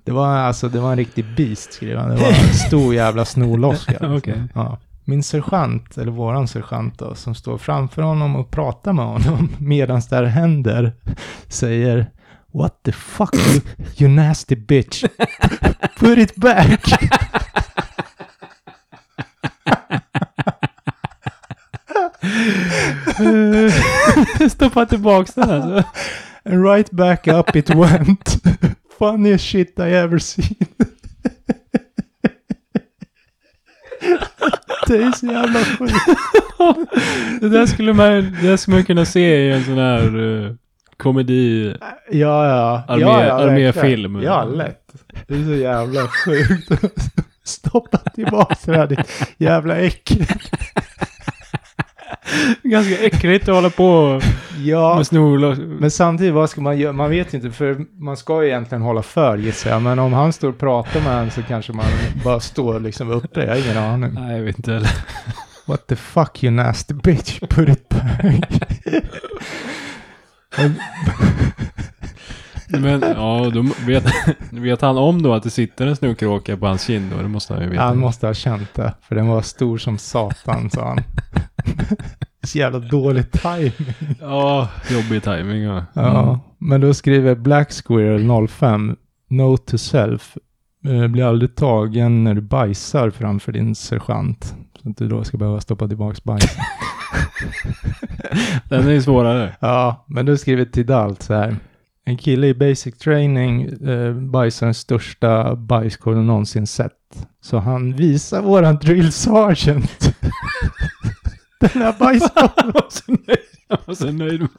S1: Det var alltså, det var en riktig beast skrev han. Det var en stor jävla snorloska. liksom.
S2: Okej.
S1: Ja. Min sergeant, eller våran sergeant då, som står framför honom och pratar med honom medan det här händer, säger What the fuck you, you nasty bitch. Put it back.
S2: Stoppa tillbaks den alltså.
S1: And right back up it went. Funniest shit I ever seen. Det är så jävla sjukt.
S2: Det där skulle man, det där skulle man kunna se i en sån här eh, komedi.
S1: Ja, ja.
S2: Armé-
S1: ja, ja
S2: arméfilm.
S1: verkligen. Ja, lätt. Det är så jävla sjukt. Stoppa tillbaka det här ditt jävla äckel.
S2: Ganska äckligt att hålla på
S1: Ja,
S2: med snorloss.
S1: men samtidigt vad ska man göra? Man vet ju inte, för man ska ju egentligen hålla för gissar jag. Men om han står och pratar med en så kanske man bara står liksom uppe. Jag har ingen aning.
S2: Nej, jag vet inte heller.
S1: What the fuck you nasty bitch, put it back.
S2: Men ja, då vet, vet han om då att det sitter en snorkråka på hans kind då? Det måste han ju veta.
S1: Han måste ha känt det, för den var stor som satan, sa han. Så jävla dålig timing.
S2: Ja, jobbig timing ja.
S1: Ja,
S2: Mm.
S1: men då skriver Black Squirrel 05, Note to self, eh, bli aldrig tagen när du bajsar framför din sergeant. Så att du då ska behöva stoppa tillbaks bajs.
S2: Den är ju svårare.
S1: Ja, men du skriver till Dalt så här. En kille i basic training eh, bajsar största bajskorv jag någonsin sett. Så han visar våran drill sergeant. Den här bajskorven.
S2: Jag var så nöjd med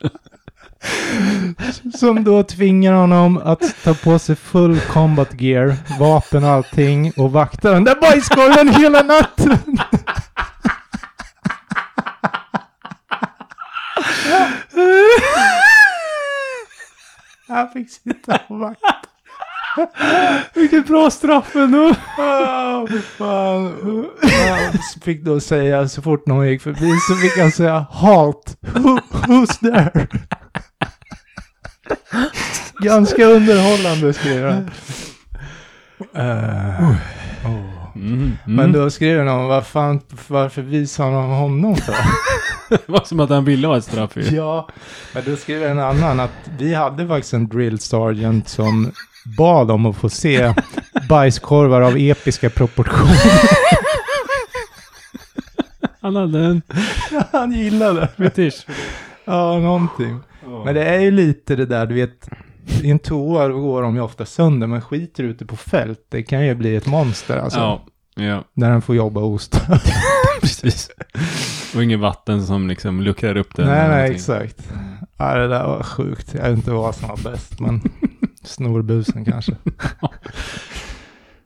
S1: Som då tvingar honom att ta på sig full combat gear, vapen och allting och vakta den där bajskorven hela natten. Han fick sitta och vakta.
S2: Vilket bra straff ändå.
S1: Åh, fy fan. Han fick då säga så fort någon gick förbi så fick han säga halt. Who, who's there? Ganska underhållande skrev han. Eh, åh.
S2: Mm,
S1: Men då skrev någon, vad fan, varför visar han honom för?
S2: Det var som att han ville ha ett straff ju.
S1: ja, men då skrev en annan att vi hade faktiskt en drill sergeant som bad om att få se bajskorvar av episka proportioner.
S2: Han hade en
S1: Han gillade.
S2: fetisch.
S1: Ja, någonting. Men det är ju lite det där, du vet. I en toa går de ju ofta sönder, men skiter ute på fält, det kan ju bli ett monster alltså.
S2: Ja, ja,
S1: När den får jobba ostört.
S2: precis. Och inget vatten som liksom luckrar upp den.
S1: Nej,
S2: eller
S1: nej,
S2: någonting.
S1: exakt. Ja, det där var sjukt. Jag vet inte vad som var bäst, men snorbusen kanske.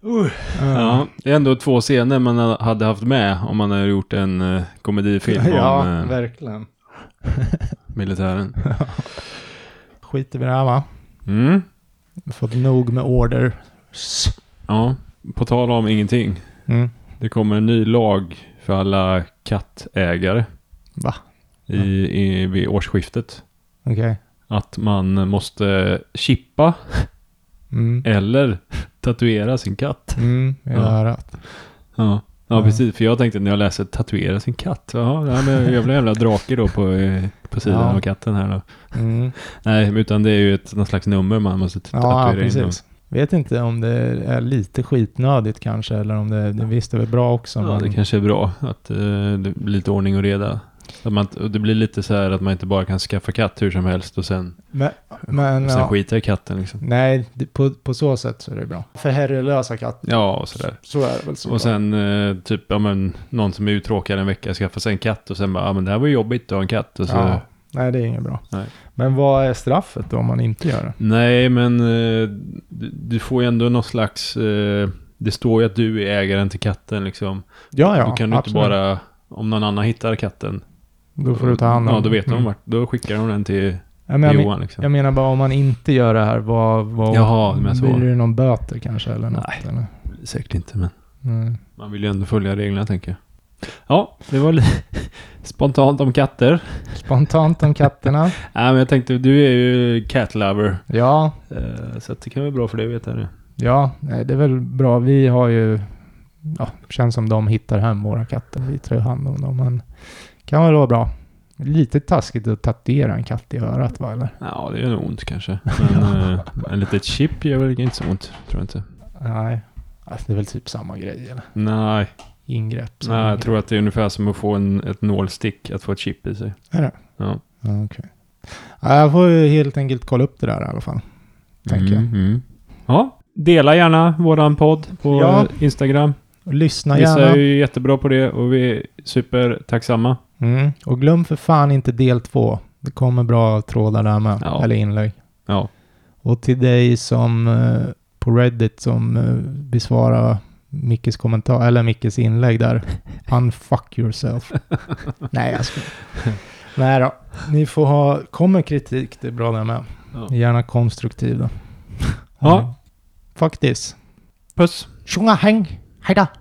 S1: uh,
S2: Ja, det är ändå två scener man hade haft med om man hade gjort en eh, komedifilm
S1: ja,
S2: om eh,
S1: verkligen.
S2: militären.
S1: Skiter vi i det här va?
S2: Mm.
S1: Vi har fått nog med order.
S2: Ja, på tal om ingenting.
S1: Mm.
S2: Det kommer en ny lag för alla kattägare
S1: Va?
S2: i, i, vid årsskiftet.
S1: Okej.
S2: Att man måste chippa
S1: Mm.
S2: eller tatuera sin katt.
S1: Mm, i
S2: Eh. Ja.
S1: örat.
S2: Ja.
S1: Ja.
S2: Ja, precis. För jag tänkte när jag läste tatuera sin katt. Jaha, nej, men jag blev jävla drake då på, eh, på sidan
S1: Ja.
S2: av katten här då.
S1: Mm.
S2: Nej, utan det är ju ett, något slags nummer man måste t-
S1: Ja,
S2: tatuera in. dem.
S1: precis. Vet inte om det är lite skitnödigt kanske, eller om det, det visst det är väl bra också.
S2: Ja,
S1: men,
S2: det kanske är bra att eh, det blir lite ordning och reda. Att man, och det blir lite så här att man inte bara kan skaffa katt hur som helst och sen,
S1: men, men
S2: och sen
S1: ja,
S2: skita i katten liksom.
S1: nej, det, på, på så sätt så är det bra. För herrelösa katter,
S2: Ja, och sådär.
S1: så är det väl så.
S2: Och sen eh, typ, ja men någon som är uttråkad en vecka skaffar sig en katt och sen bara, ja men det här var ju jobbigt att ha en katt. Och så,
S1: ja, nej, det är inget bra.
S2: Nej.
S1: Men vad är straffet då om man inte gör det?
S2: Nej, men eh, du, du får ju ändå någon slags, eh, det står ju att du är ägaren till katten liksom.
S1: Ja, ja,
S2: då kan du
S1: absolut.
S2: inte bara, om någon annan hittar katten.
S1: Då får du ta hand om
S2: Ja, då vet de
S1: Mm.
S2: vart, då skickar de den till,
S1: Ja, men jag, men,
S2: Johan liksom.
S1: jag menar bara om man inte gör det här, vad... vad
S2: Jaha, du menar så.
S1: Blir det någon böter kanske eller något?
S2: Nej.
S1: Eller?
S2: Säkert inte, men.
S1: Mm.
S2: Man vill ju ändå följa reglerna tänker jag. Ja, det var li- spontant om katter.
S1: Spontant om katterna.
S2: Nej, men jag tänkte, du är ju cat lover.
S1: ja,
S2: eh, Så att det kan vara bra för dig att veta det.
S1: Ja, nej, det är väl bra. Vi har ju... Ja, känns som de hittar hem våra katter. Vi tar ju hand om dem. Men kan väl vara bra. Lite taskigt att tatuera en katt i örat va, eller?
S2: Ja, det gör nog ont kanske. Men eh, en litet chip gör väl inte så ont, tror jag inte.
S1: Nej. Alltså, det är väl typ samma grej, eller?
S2: Nej,
S1: Ingrepp. som
S2: nej jag
S1: ingrepp.
S2: tror att det är ungefär som att få en, ett nålstick, att få ett chip i sig.
S1: Är det?
S2: Ja.
S1: Ja, okej. Ja, jag får ju helt enkelt kolla upp det där i alla fall. Tänker jag.
S2: Mm, mm. Ja, dela gärna våran podd på
S1: Ja.
S2: eh, Instagram.
S1: Och lyssna
S2: Vissa
S1: gärna.
S2: är ju jättebra på det och vi är supertacksamma.
S1: Mm. Och glöm för fan inte del två. Det kommer bra trådar där med.
S2: Ja.
S1: Eller inlägg.
S2: Ja,
S1: Och till dig som eh, på Reddit som eh, besvarar Mickes kommentar, eller Mickes inlägg där. Unfuck yourself. Nej, jag skojar. Nej då. Ni får ha, kommer kritik, det är bra det med.
S2: Ja.
S1: Gärna konstruktiv då.
S2: Ja.
S1: Faktiskt.
S2: puss!
S1: Sjunga häng, hejdå!